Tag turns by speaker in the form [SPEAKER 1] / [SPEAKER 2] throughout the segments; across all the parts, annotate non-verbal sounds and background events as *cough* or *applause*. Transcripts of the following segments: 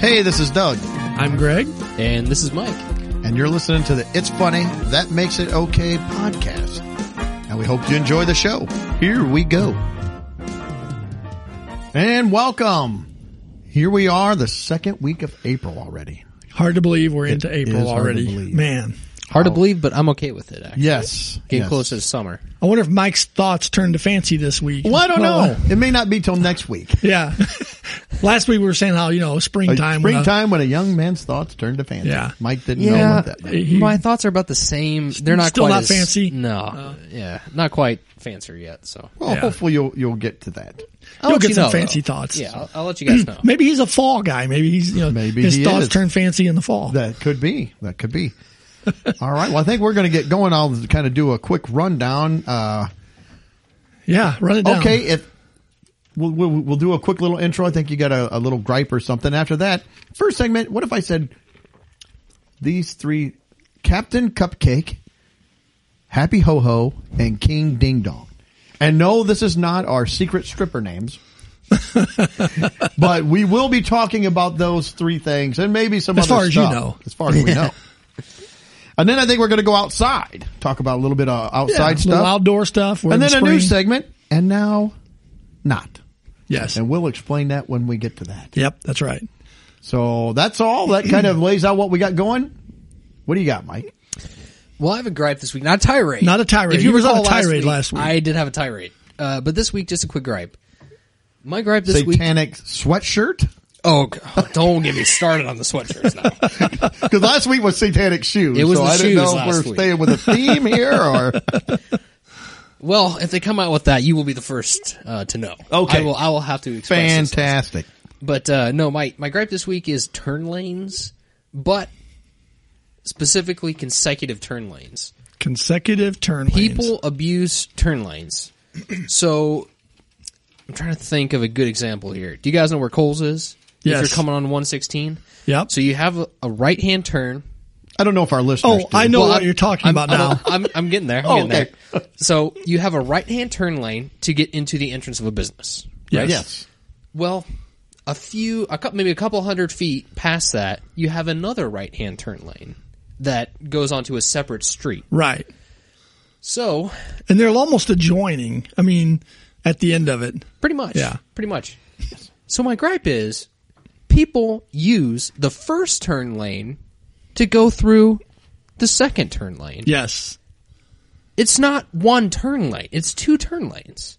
[SPEAKER 1] Hey, this is Doug,
[SPEAKER 2] I'm Greg.
[SPEAKER 3] And this is Mike.
[SPEAKER 1] and you're listening to the It's Funny, That Makes It Okay podcast. And we hope you enjoy the show. Here we go. And welcome. Here we are, the second week of April already.
[SPEAKER 2] Hard to believe we're into
[SPEAKER 1] is hard
[SPEAKER 2] April
[SPEAKER 1] to
[SPEAKER 2] already.
[SPEAKER 1] believe.
[SPEAKER 2] Man,
[SPEAKER 3] Hard to believe, but I'm okay with it. Actually.
[SPEAKER 1] Yes.
[SPEAKER 3] Getting
[SPEAKER 1] yes.
[SPEAKER 3] closer to summer.
[SPEAKER 2] I wonder if Mike's thoughts turned to fancy this week.
[SPEAKER 1] Well, I don't know.
[SPEAKER 2] Well, uh,
[SPEAKER 1] It may not be till next week.
[SPEAKER 2] Yeah. Last week we were saying how, you know, *laughs* springtime. when, uh,
[SPEAKER 1] Springtime when a young man's thoughts turn to fancy.
[SPEAKER 2] Yeah.
[SPEAKER 1] Mike didn't know about that.
[SPEAKER 2] he-
[SPEAKER 3] my thoughts are about the same. They're not
[SPEAKER 2] Still
[SPEAKER 3] quite
[SPEAKER 2] not
[SPEAKER 3] as-
[SPEAKER 2] fancy?
[SPEAKER 3] No, yeah, not quite fancier yet. So
[SPEAKER 1] Well,
[SPEAKER 2] Yeah.
[SPEAKER 1] hopefully you'll you'll get to that.
[SPEAKER 3] I'll
[SPEAKER 2] You'll
[SPEAKER 3] let
[SPEAKER 2] get
[SPEAKER 3] you
[SPEAKER 2] some
[SPEAKER 3] know,
[SPEAKER 2] fancy
[SPEAKER 3] though.
[SPEAKER 2] thoughts.
[SPEAKER 3] Yeah, I'll, I'll let you guys know.
[SPEAKER 2] Maybe he's a fall guy. Maybe he's, you know,
[SPEAKER 1] Maybe
[SPEAKER 2] his
[SPEAKER 1] he
[SPEAKER 2] thoughts
[SPEAKER 1] is.
[SPEAKER 2] turn fancy in the fall.
[SPEAKER 1] That could be. That could be. *laughs* All right. Well, I think we're going to get going. I'll kind of do a quick rundown. Uh,
[SPEAKER 2] yeah. Run it down.
[SPEAKER 1] okay. If we'll, we'll we'll do a quick little intro. I think you got a, a little gripe or something. After that, first segment. What if I said these three: Captain Cupcake, Happy Ho Ho, and King Ding Dong. And no, this is not our secret stripper names.
[SPEAKER 2] *laughs*
[SPEAKER 1] but we will be talking about those three things and maybe some
[SPEAKER 2] As
[SPEAKER 1] other
[SPEAKER 2] far as you
[SPEAKER 1] stuff,
[SPEAKER 2] know.
[SPEAKER 1] As far as
[SPEAKER 2] *laughs*
[SPEAKER 1] we know. and then I think we're going to go outside, talk about a little bit of outside
[SPEAKER 2] Little
[SPEAKER 1] stuff.
[SPEAKER 2] outdoor stuff. We're
[SPEAKER 1] and
[SPEAKER 2] in
[SPEAKER 1] then
[SPEAKER 2] the
[SPEAKER 1] a new
[SPEAKER 2] spring.
[SPEAKER 1] segment. And now, not.
[SPEAKER 2] Yes.
[SPEAKER 1] And we'll explain that when we get to that.
[SPEAKER 2] Yep. That's right.
[SPEAKER 1] So that's all. That kind of lays out what we got going. What do you got, Mike?
[SPEAKER 3] Well, I have a gripe this week, not a tirade.
[SPEAKER 2] Not a tirade.
[SPEAKER 3] If you
[SPEAKER 2] He was on a
[SPEAKER 3] recall
[SPEAKER 2] tirade
[SPEAKER 3] week,
[SPEAKER 2] last week.
[SPEAKER 3] I did have a tirade, uh, but this week just a quick gripe. My gripe this week.
[SPEAKER 1] Satanic sweatshirt?
[SPEAKER 3] Oh, God, *laughs* don't get me started on the sweatshirts *laughs* now.
[SPEAKER 1] Because last week was satanic shoes.
[SPEAKER 3] It was
[SPEAKER 1] so
[SPEAKER 3] the
[SPEAKER 1] I didn't
[SPEAKER 3] shoes
[SPEAKER 1] know if
[SPEAKER 3] last
[SPEAKER 1] we're
[SPEAKER 3] week.
[SPEAKER 1] staying with a theme here or. *laughs*
[SPEAKER 3] well, if they come out with that, you will be the first uh, to know.
[SPEAKER 1] Okay.
[SPEAKER 3] I will. I will have to express this.
[SPEAKER 1] Fantastic.
[SPEAKER 3] But uh, no, my my gripe this week is turn lanes, but specifically consecutive turn lanes.
[SPEAKER 2] Consecutive turn
[SPEAKER 3] People
[SPEAKER 2] lanes.
[SPEAKER 3] abuse turn lanes. *clears throat* So I'm trying to think of a good example here. Do you guys know where Coles is?
[SPEAKER 2] Yes.
[SPEAKER 3] If you're coming on 116,
[SPEAKER 2] Yep.
[SPEAKER 3] so you have a, a right hand turn.
[SPEAKER 1] I don't know if our listeners.
[SPEAKER 2] Oh, I
[SPEAKER 1] do.
[SPEAKER 2] know
[SPEAKER 3] Well,
[SPEAKER 2] what
[SPEAKER 3] I'm-
[SPEAKER 2] you're talking
[SPEAKER 3] I'm-
[SPEAKER 2] about
[SPEAKER 3] I'm,
[SPEAKER 2] now.
[SPEAKER 3] I'm, I'm getting
[SPEAKER 2] *laughs*
[SPEAKER 3] there. I'm
[SPEAKER 1] Oh,
[SPEAKER 3] getting
[SPEAKER 1] okay.
[SPEAKER 3] there. So you have a right hand turn lane to get into the entrance of a business. Right?
[SPEAKER 1] Yes.
[SPEAKER 3] Well, a few, a couple, maybe a couple hundred feet past that, you have another right-hand turn lane that goes onto a separate street.
[SPEAKER 2] Right.
[SPEAKER 3] So,
[SPEAKER 2] And they're almost adjoining. I mean, at the end of it.
[SPEAKER 3] pretty much,
[SPEAKER 2] Yeah.
[SPEAKER 3] pretty much. So my gripe is, people use the first turn lane to go through the second turn lane.
[SPEAKER 2] Yes.
[SPEAKER 3] It's not one turn lane; it's two turn lanes.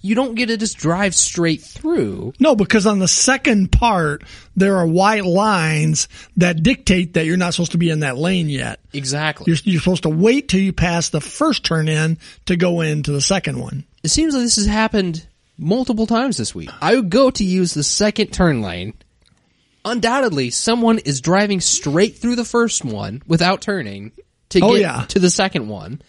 [SPEAKER 3] You don't get to just drive straight through.
[SPEAKER 2] No, because on the second part, there are white lines that dictate that you're not supposed to be in that lane yet.
[SPEAKER 3] Exactly.
[SPEAKER 2] You're, you're supposed to wait till you pass the first turn in to go into the second one.
[SPEAKER 3] it seems like this has happened multiple times this week. I would go to use the second turn lane. Undoubtedly, someone is driving straight through the first one without turning to
[SPEAKER 2] Oh,
[SPEAKER 3] get
[SPEAKER 2] yeah.
[SPEAKER 3] to the second one.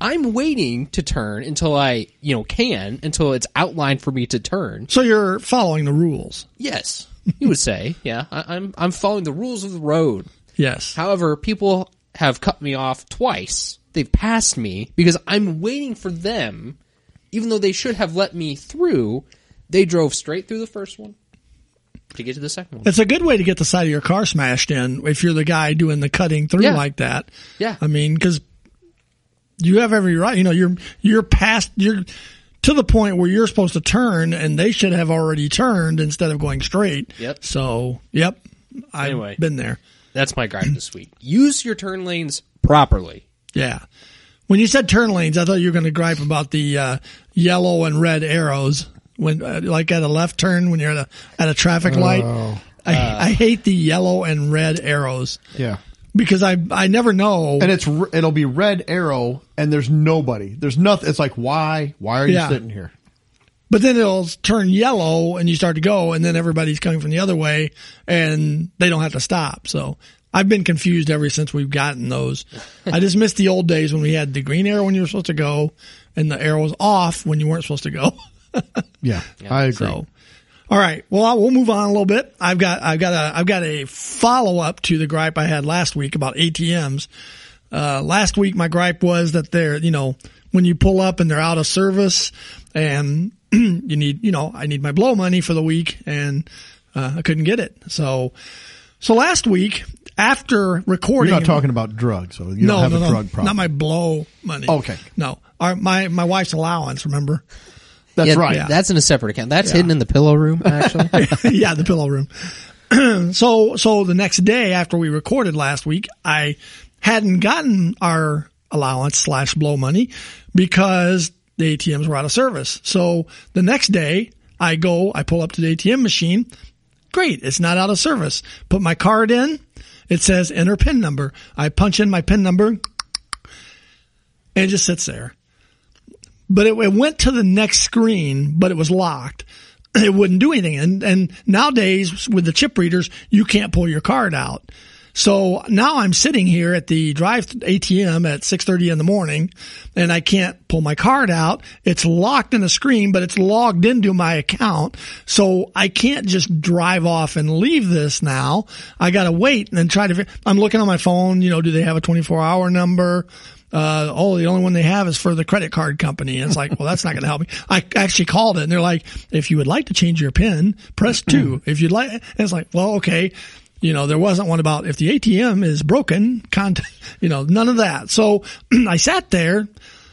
[SPEAKER 3] I'm waiting to turn until I, you know, can until it's outlined for me to turn.
[SPEAKER 2] So you're following the rules.
[SPEAKER 3] Yes, you would say, yeah, I, I'm I'm following the rules of the road.
[SPEAKER 2] Yes.
[SPEAKER 3] However, people have cut me off twice. They've passed me because I'm waiting for them, even though they should have let me through. They drove straight through the first one to get to the second one.
[SPEAKER 2] It's a good way to get the side of your car smashed in if you're the guy doing the cutting through
[SPEAKER 3] Yeah.
[SPEAKER 2] like that.
[SPEAKER 3] Yeah.
[SPEAKER 2] I mean, because you have every right. You know, you're you're past you're to the point where you're supposed to turn, and they should have already turned instead of going straight.
[SPEAKER 3] Yep.
[SPEAKER 2] So, yep. I've
[SPEAKER 3] Anyway.
[SPEAKER 2] been there.
[SPEAKER 3] That's my gripe this week. Use your turn lanes properly.
[SPEAKER 2] Yeah. When you said turn lanes, I thought you were going to gripe about the uh, yellow and red arrows when, uh, like, at a left turn when you're at a at a traffic light. I, I hate the yellow and red arrows
[SPEAKER 1] Yeah.
[SPEAKER 2] because I I never know.
[SPEAKER 1] And it's r- it'll be red arrow, and there's nobody. There's nothing. It's like why? Why are you
[SPEAKER 2] Yeah.
[SPEAKER 1] sitting here?
[SPEAKER 2] But then it'll turn yellow and you start to go and then everybody's coming from the other way and they don't have to stop. So I've been confused ever since we've gotten those. I just miss the old days when we had the green arrow when you were supposed to go and the arrow was off when you weren't supposed to go. *laughs*
[SPEAKER 1] Yeah, I agree.
[SPEAKER 2] So, all right. Well, I, we'll move on a little bit. I've got, I've got a, I've got a follow up to the gripe I had last week about ATMs. Uh, last week my gripe was that they're, you know, when you pull up and they're out of *clears throat* service and you need, you know, I need my blow money for the week and Uh, I couldn't get it. So, so last week after recording,
[SPEAKER 1] You're not talking about drugs, so you
[SPEAKER 2] no,
[SPEAKER 1] don't have
[SPEAKER 2] no,
[SPEAKER 1] a
[SPEAKER 2] no,
[SPEAKER 1] drug problem.
[SPEAKER 2] Not my blow money.
[SPEAKER 1] Okay.
[SPEAKER 2] No, Our, my my wife's allowance. Remember?
[SPEAKER 1] That's
[SPEAKER 3] Yeah,
[SPEAKER 1] right.
[SPEAKER 3] That's in a separate account. That's
[SPEAKER 2] Yeah.
[SPEAKER 3] hidden in the pillow room, actually.
[SPEAKER 2] *laughs* yeah, the pillow room. *clears throat* so so the next day after we recorded last week, I hadn't gotten our allowance slash blow money because the ATMs were out of service. So the next day I go, I pull up to the ATM machine. Great, it's not out of service. Put my card in. It says enter PIN number. I punch in my PIN number and it just sits there. But it, it went to the next screen, but it was locked *clears throat* it wouldn't do anything. And and nowadays with the chip readers, you can't pull your card out. So now I'm sitting here at the drive ATM at 6:30 in the morning, and I can't pull my card out. It's locked in a screen, but it's logged into my account, so I can't just drive off and leave this now. I gotta wait and then try to. fi- I'm looking on my phone. You know, do they have a 24 hour number? uh, oh, the only one they have is for the credit card company. And it's like, well, that's not going to help me. I actually called it and they're like, if you would like to change your PIN, press two. If you'd like, and it's like, well, okay. You know, there wasn't one about if the ATM is broken, contact, you know, none of that. So *clears throat* I sat there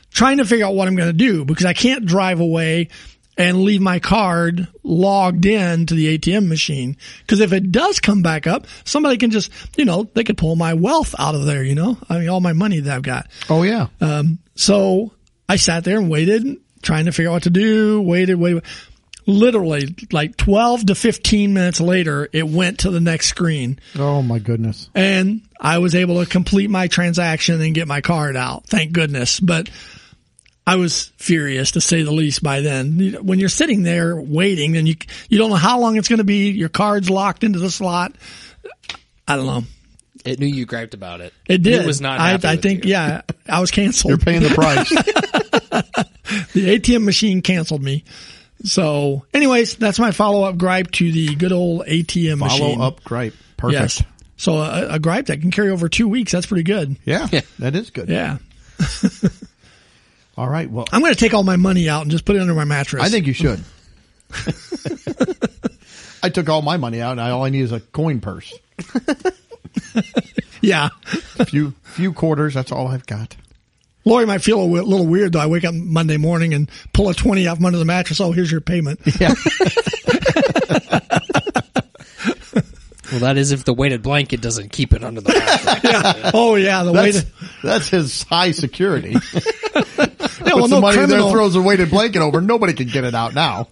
[SPEAKER 2] trying to figure out what I'm going to do because I can't drive away and leave my card logged in to the ATM machine. Cause if it does come back up, somebody can just, you know, they could pull my wealth out of there, you know, I mean, all my money that I've got.
[SPEAKER 1] oh yeah.
[SPEAKER 2] Uh, So I sat there and waited, trying to figure out what to do, waited, waited. Literally, like 12 to 15 minutes later, it went to the next screen.
[SPEAKER 1] oh my goodness.
[SPEAKER 2] And I was able to complete my transaction and get my card out. Thank goodness. But I was furious to say the least by then. You know, When you're sitting there waiting and you, you don't know how long it's going to be, your card's locked into the slot. I don't know.
[SPEAKER 3] *laughs* it knew you griped about it.
[SPEAKER 2] It did.
[SPEAKER 3] It was not.
[SPEAKER 2] I,
[SPEAKER 3] happy
[SPEAKER 2] I
[SPEAKER 3] with
[SPEAKER 2] think,
[SPEAKER 3] you.
[SPEAKER 2] yeah, I was canceled.
[SPEAKER 1] You're paying the
[SPEAKER 2] *laughs*
[SPEAKER 1] price.
[SPEAKER 2] the ATM machine canceled me. So, anyways, that's my follow up gripe to the good old ATM machine.
[SPEAKER 1] Follow up gripe. Perfect.
[SPEAKER 2] Yes. So a, a gripe that can carry over two weeks. That's pretty good.
[SPEAKER 1] Yeah,
[SPEAKER 3] Yeah.
[SPEAKER 1] that is good.
[SPEAKER 2] Yeah.
[SPEAKER 1] All right. Well,
[SPEAKER 2] I'm going to take all my money out and just put it under my mattress.
[SPEAKER 1] I think you
[SPEAKER 2] *laughs*
[SPEAKER 1] should. I took all my money out, and I, all I need is a coin purse,
[SPEAKER 2] Yeah. *laughs*
[SPEAKER 1] a few few quarters. That's all I've got.
[SPEAKER 2] Lori might feel a w- little weird though. I wake up Monday morning and pull a 20 out from under the mattress. Oh, here's your payment.
[SPEAKER 1] *laughs* Yeah.
[SPEAKER 3] Well, that is if the weighted blanket doesn't keep it
[SPEAKER 2] *laughs*
[SPEAKER 3] under the mattress.
[SPEAKER 2] oh yeah. The way
[SPEAKER 1] That's,
[SPEAKER 2] to,
[SPEAKER 1] *laughs* that's his high
[SPEAKER 2] *laughs*
[SPEAKER 1] security.
[SPEAKER 2] yeah, well,
[SPEAKER 1] Puts the
[SPEAKER 2] Oh, no
[SPEAKER 1] money in
[SPEAKER 2] criminal,
[SPEAKER 1] there, throws a weighted blanket over. Nobody can get it out now.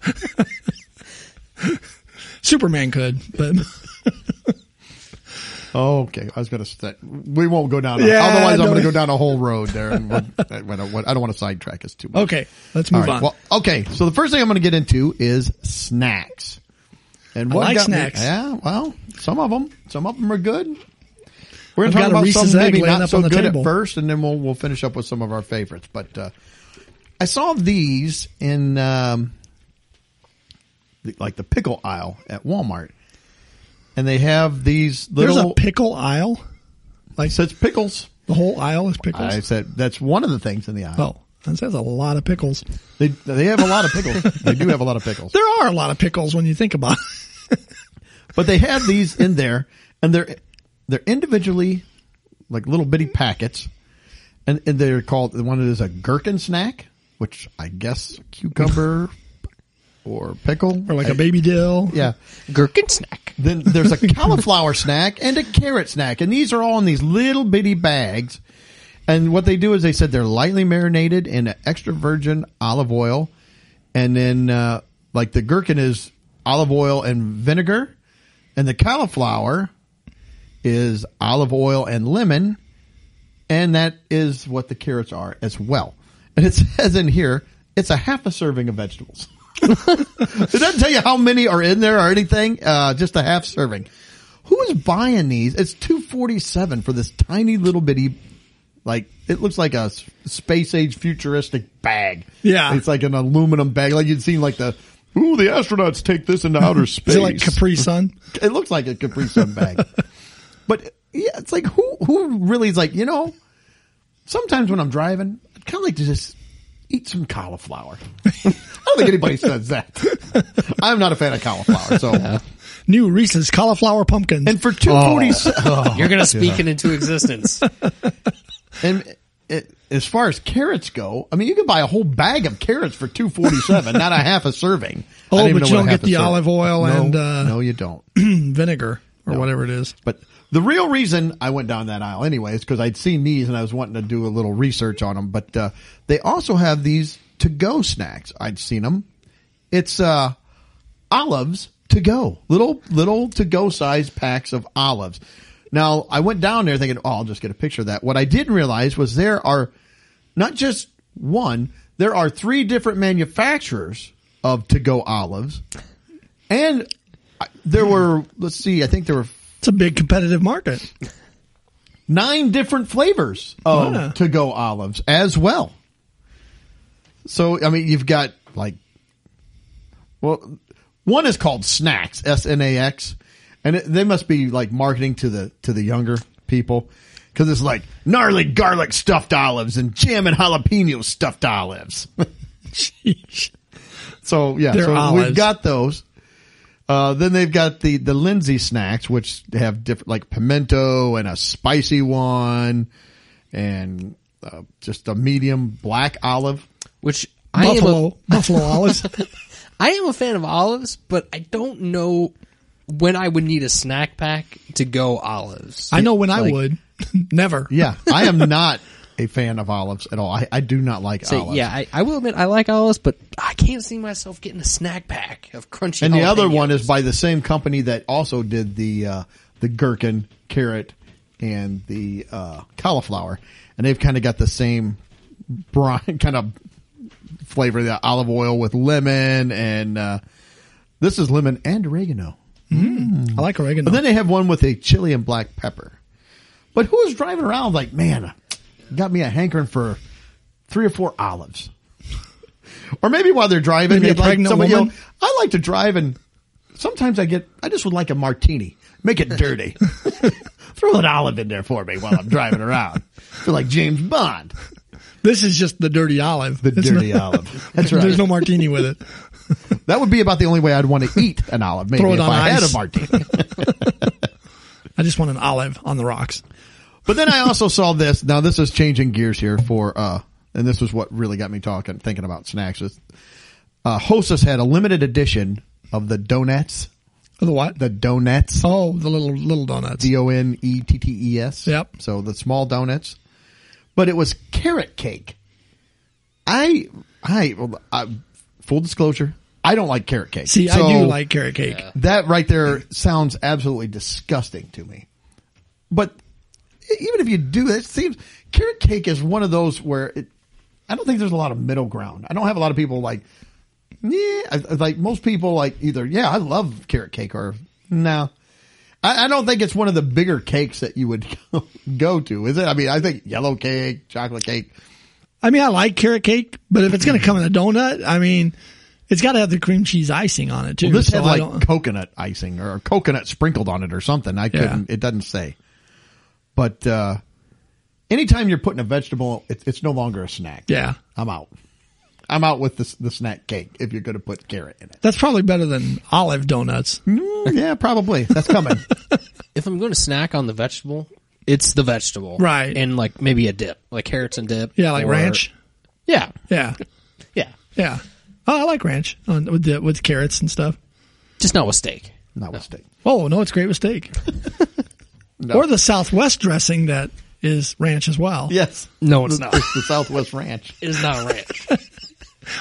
[SPEAKER 2] Superman could, but *laughs*
[SPEAKER 1] Okay, I was going to say we won't go down.
[SPEAKER 2] Yeah,
[SPEAKER 1] otherwise, I'm
[SPEAKER 2] don't-
[SPEAKER 1] going to go down a whole road there, and we're, I don't want to sidetrack us too much.
[SPEAKER 2] okay, let's move on.
[SPEAKER 1] Well, okay. So the first thing I'm going to get into is snacks. And what
[SPEAKER 2] like
[SPEAKER 1] got me-
[SPEAKER 2] snacks.
[SPEAKER 1] yeah. Well, some of them, some of them are good. We're
[SPEAKER 2] I've
[SPEAKER 1] going to talk
[SPEAKER 2] got a
[SPEAKER 1] about
[SPEAKER 2] Reese's
[SPEAKER 1] some
[SPEAKER 2] egg
[SPEAKER 1] maybe
[SPEAKER 2] laying
[SPEAKER 1] not
[SPEAKER 2] up
[SPEAKER 1] so
[SPEAKER 2] on the
[SPEAKER 1] good
[SPEAKER 2] table.
[SPEAKER 1] at first, and then we'll we'll finish up with some of our favorites. But uh, I saw these in um, the, like the pickle aisle at Walmart, and they have these
[SPEAKER 2] There's
[SPEAKER 1] little.
[SPEAKER 2] a pickle aisle.
[SPEAKER 1] like says pickles.
[SPEAKER 2] The whole aisle is pickles.
[SPEAKER 1] I said that's one of the things in the aisle.
[SPEAKER 2] Oh, that says a lot of pickles.
[SPEAKER 1] They they have a lot of
[SPEAKER 2] *laughs*
[SPEAKER 1] pickles. they do have a lot of pickles.
[SPEAKER 2] There are a lot of pickles when you think about it. *laughs*
[SPEAKER 1] but they have these in there and they're they're individually like little bitty packets and, and they're called the one is a gherkin snack which i guess
[SPEAKER 2] *laughs*
[SPEAKER 1] cucumber or pickle
[SPEAKER 2] Or like
[SPEAKER 1] I-
[SPEAKER 2] a baby dill.
[SPEAKER 1] yeah
[SPEAKER 3] Gherkin snack.
[SPEAKER 1] then there's
[SPEAKER 3] *laughs*
[SPEAKER 1] a cauliflower snack and a carrot snack and these are all in these little bitty bags and what they do is they said they're lightly marinated in extra virgin olive oil and then uh, like the gherkin is olive oil and vinegar and the cauliflower is olive oil and lemon and that is what the carrots are as well and it *laughs* says in here it's a half a serving of vegetables *laughs* it doesn't tell you how many are in there or anything. Uh, just a half serving. Who is buying these? It's two forty seven for this tiny little bitty, like it looks like a space age futuristic bag.
[SPEAKER 2] Yeah.
[SPEAKER 1] it's like an aluminum bag, like you'd seen like the. Ooh, the astronauts take this into outer space.
[SPEAKER 2] *laughs* Is it like Capri
[SPEAKER 1] *laughs*
[SPEAKER 2] Sun?
[SPEAKER 1] It looks like a Capri Sun
[SPEAKER 2] *laughs*
[SPEAKER 1] bag. but yeah, it's like who who really is like, you know, sometimes when I'm driving, I'd kind of like to just eat some *laughs*
[SPEAKER 2] *laughs*
[SPEAKER 1] cauliflower. I don't think anybody says that. I'm not a fan of cauliflower, so
[SPEAKER 2] New Reese's cauliflower pumpkins.
[SPEAKER 1] And for two
[SPEAKER 2] Oh. *laughs*
[SPEAKER 1] forty seven,
[SPEAKER 3] You're going to speak it into existence.
[SPEAKER 1] and it, as far as carrots go, I mean, you can buy a whole bag of carrots for two forty seven, not a half a serving. I
[SPEAKER 2] Oh,
[SPEAKER 1] don't even
[SPEAKER 2] but
[SPEAKER 1] know
[SPEAKER 2] you
[SPEAKER 1] what
[SPEAKER 2] don't
[SPEAKER 1] a half
[SPEAKER 2] get
[SPEAKER 1] a
[SPEAKER 2] the
[SPEAKER 1] serving-
[SPEAKER 2] olive oil
[SPEAKER 1] No,
[SPEAKER 2] and, uh,
[SPEAKER 1] no, you don't.
[SPEAKER 2] vinegar or whatever it is.
[SPEAKER 1] But the real reason I went down that aisle anyway is because I'd seen these and I was wanting to do a little research on them. But uh, they also have these to go snacks. I'd seen them. It's uh, olives to go, little little to go size packs of olives. Now I went down there thinking, oh, I'll just get a picture of that. What I didn't realize was there are not just one. There are three different manufacturers of to go olives, and I- there were let's see, I think there were
[SPEAKER 2] It's a big competitive market.
[SPEAKER 1] *laughs* nine different flavors of
[SPEAKER 2] Wow.
[SPEAKER 1] to go olives as well. So I mean, you've got like, well, one is called snacks, S N A X, and it, they must be like marketing to the to the younger people because it's like gnarly garlic stuffed olives and jam and jalapeno stuffed olives.
[SPEAKER 2] Sheesh.
[SPEAKER 1] So yeah,
[SPEAKER 2] They're
[SPEAKER 1] so
[SPEAKER 2] olives.
[SPEAKER 1] we've got those. Uh, then they've got the the Lindsay snacks, which have different like pimento and a spicy one, and uh, just a medium black olive.
[SPEAKER 3] Which I am, a,
[SPEAKER 2] Buffalo,
[SPEAKER 1] *laughs*
[SPEAKER 2] buffalo olives.
[SPEAKER 3] I am a fan of olives, but I don't know when I would need a snack pack to go olives.
[SPEAKER 2] I know when I
[SPEAKER 3] Like,
[SPEAKER 2] would. *laughs* Never.
[SPEAKER 1] Yeah, I
[SPEAKER 2] *laughs*
[SPEAKER 1] am not a fan of olives at all. I, I do not like
[SPEAKER 3] say,
[SPEAKER 1] olives.
[SPEAKER 3] yeah, I, I will admit I like olives, but I can't see myself getting a snack pack of crunchy.
[SPEAKER 1] and the other
[SPEAKER 3] jalapenos.
[SPEAKER 1] one is by the same company that also did the uh, the gherkin, carrot, and the uh, cauliflower, and they've kind of got the same brine *laughs* kind of flavor, the olive oil with lemon, and uh, this is lemon and oregano.
[SPEAKER 2] I like oregano.
[SPEAKER 1] But then they have one with a chili and black pepper. But who is driving around like, man, got me a hankering for three or four olives? Or maybe while they're driving,
[SPEAKER 2] Maybe a
[SPEAKER 1] they'd like
[SPEAKER 2] pregnant
[SPEAKER 1] somebody
[SPEAKER 2] woman?
[SPEAKER 1] yell, I like to drive and sometimes I get, I just would like a martini. Make it dirty. *laughs* Throw an olive in there for me while I'm driving around. Feel like James Bond.
[SPEAKER 2] this is just the dirty olive.
[SPEAKER 1] The
[SPEAKER 2] It's
[SPEAKER 1] dirty
[SPEAKER 2] not- *laughs*
[SPEAKER 1] olive. That's right.
[SPEAKER 2] There's no martini with it.
[SPEAKER 1] that would be about the only way I'd want to eat an olive. Maybe
[SPEAKER 2] Throw it
[SPEAKER 1] if
[SPEAKER 2] on
[SPEAKER 1] I had
[SPEAKER 2] ice.
[SPEAKER 1] a martini.
[SPEAKER 2] I just want an olive on the rocks.
[SPEAKER 1] But then I also saw this. Now this is changing gears here for uh and this was what really got me talking thinking about snacks. Is, uh Hostess had a limited edition of the donuts,
[SPEAKER 2] The what?
[SPEAKER 1] the donuts,
[SPEAKER 2] oh, the little little donuts.
[SPEAKER 1] D O N E T T E S.
[SPEAKER 2] Yep.
[SPEAKER 1] So the small donuts. But it was carrot cake. I I, well, I full disclosure, I don't like carrot cake.
[SPEAKER 2] See, I do
[SPEAKER 1] So-
[SPEAKER 2] like carrot cake.
[SPEAKER 1] that right there sounds absolutely disgusting to me. But even if you do, it seems carrot cake is one of those where it, I don't think there's a lot of middle ground. I don't have a lot of people like, yeah, I- I- like most people like either, yeah, I love carrot cake or no. I, I don't think it's one of the bigger cakes that you would *laughs* go to, is it? I mean, I think yellow cake, chocolate cake.
[SPEAKER 2] I mean, I like carrot cake, but if it's going to come in a
[SPEAKER 1] Mm-hmm.
[SPEAKER 2] donut, I mean, it's got to have the cream cheese icing on it too.
[SPEAKER 1] This
[SPEAKER 2] so
[SPEAKER 1] had
[SPEAKER 2] I
[SPEAKER 1] like
[SPEAKER 2] don't-
[SPEAKER 1] coconut icing or coconut sprinkled on it or something. I couldn't. It doesn't say. But uh, anytime you're putting a vegetable, it, it's no longer a snack.
[SPEAKER 2] yeah,
[SPEAKER 1] I'm out. I'm out with the the snack cake if you're going to put carrot in it.
[SPEAKER 2] that's probably better than olive donuts.
[SPEAKER 1] Mm, yeah, probably. That's coming.
[SPEAKER 3] if I'm going to snack on the vegetable, it's the vegetable,
[SPEAKER 2] Right.
[SPEAKER 3] And like maybe a dip, like carrots and dip,
[SPEAKER 2] Yeah, like
[SPEAKER 3] or-
[SPEAKER 2] ranch.
[SPEAKER 3] Yeah,
[SPEAKER 2] Yeah,
[SPEAKER 3] yeah,
[SPEAKER 2] yeah. Oh, I like ranch on, with the, with carrots and stuff.
[SPEAKER 3] just not with steak.
[SPEAKER 1] Not with steak.
[SPEAKER 2] Oh no, it's great
[SPEAKER 1] *laughs*
[SPEAKER 2] with steak. Or the Southwest dressing that is ranch as well.
[SPEAKER 1] Yes.
[SPEAKER 3] No, it's *laughs* not.
[SPEAKER 1] the Southwest Ranch.
[SPEAKER 3] It's not ranch.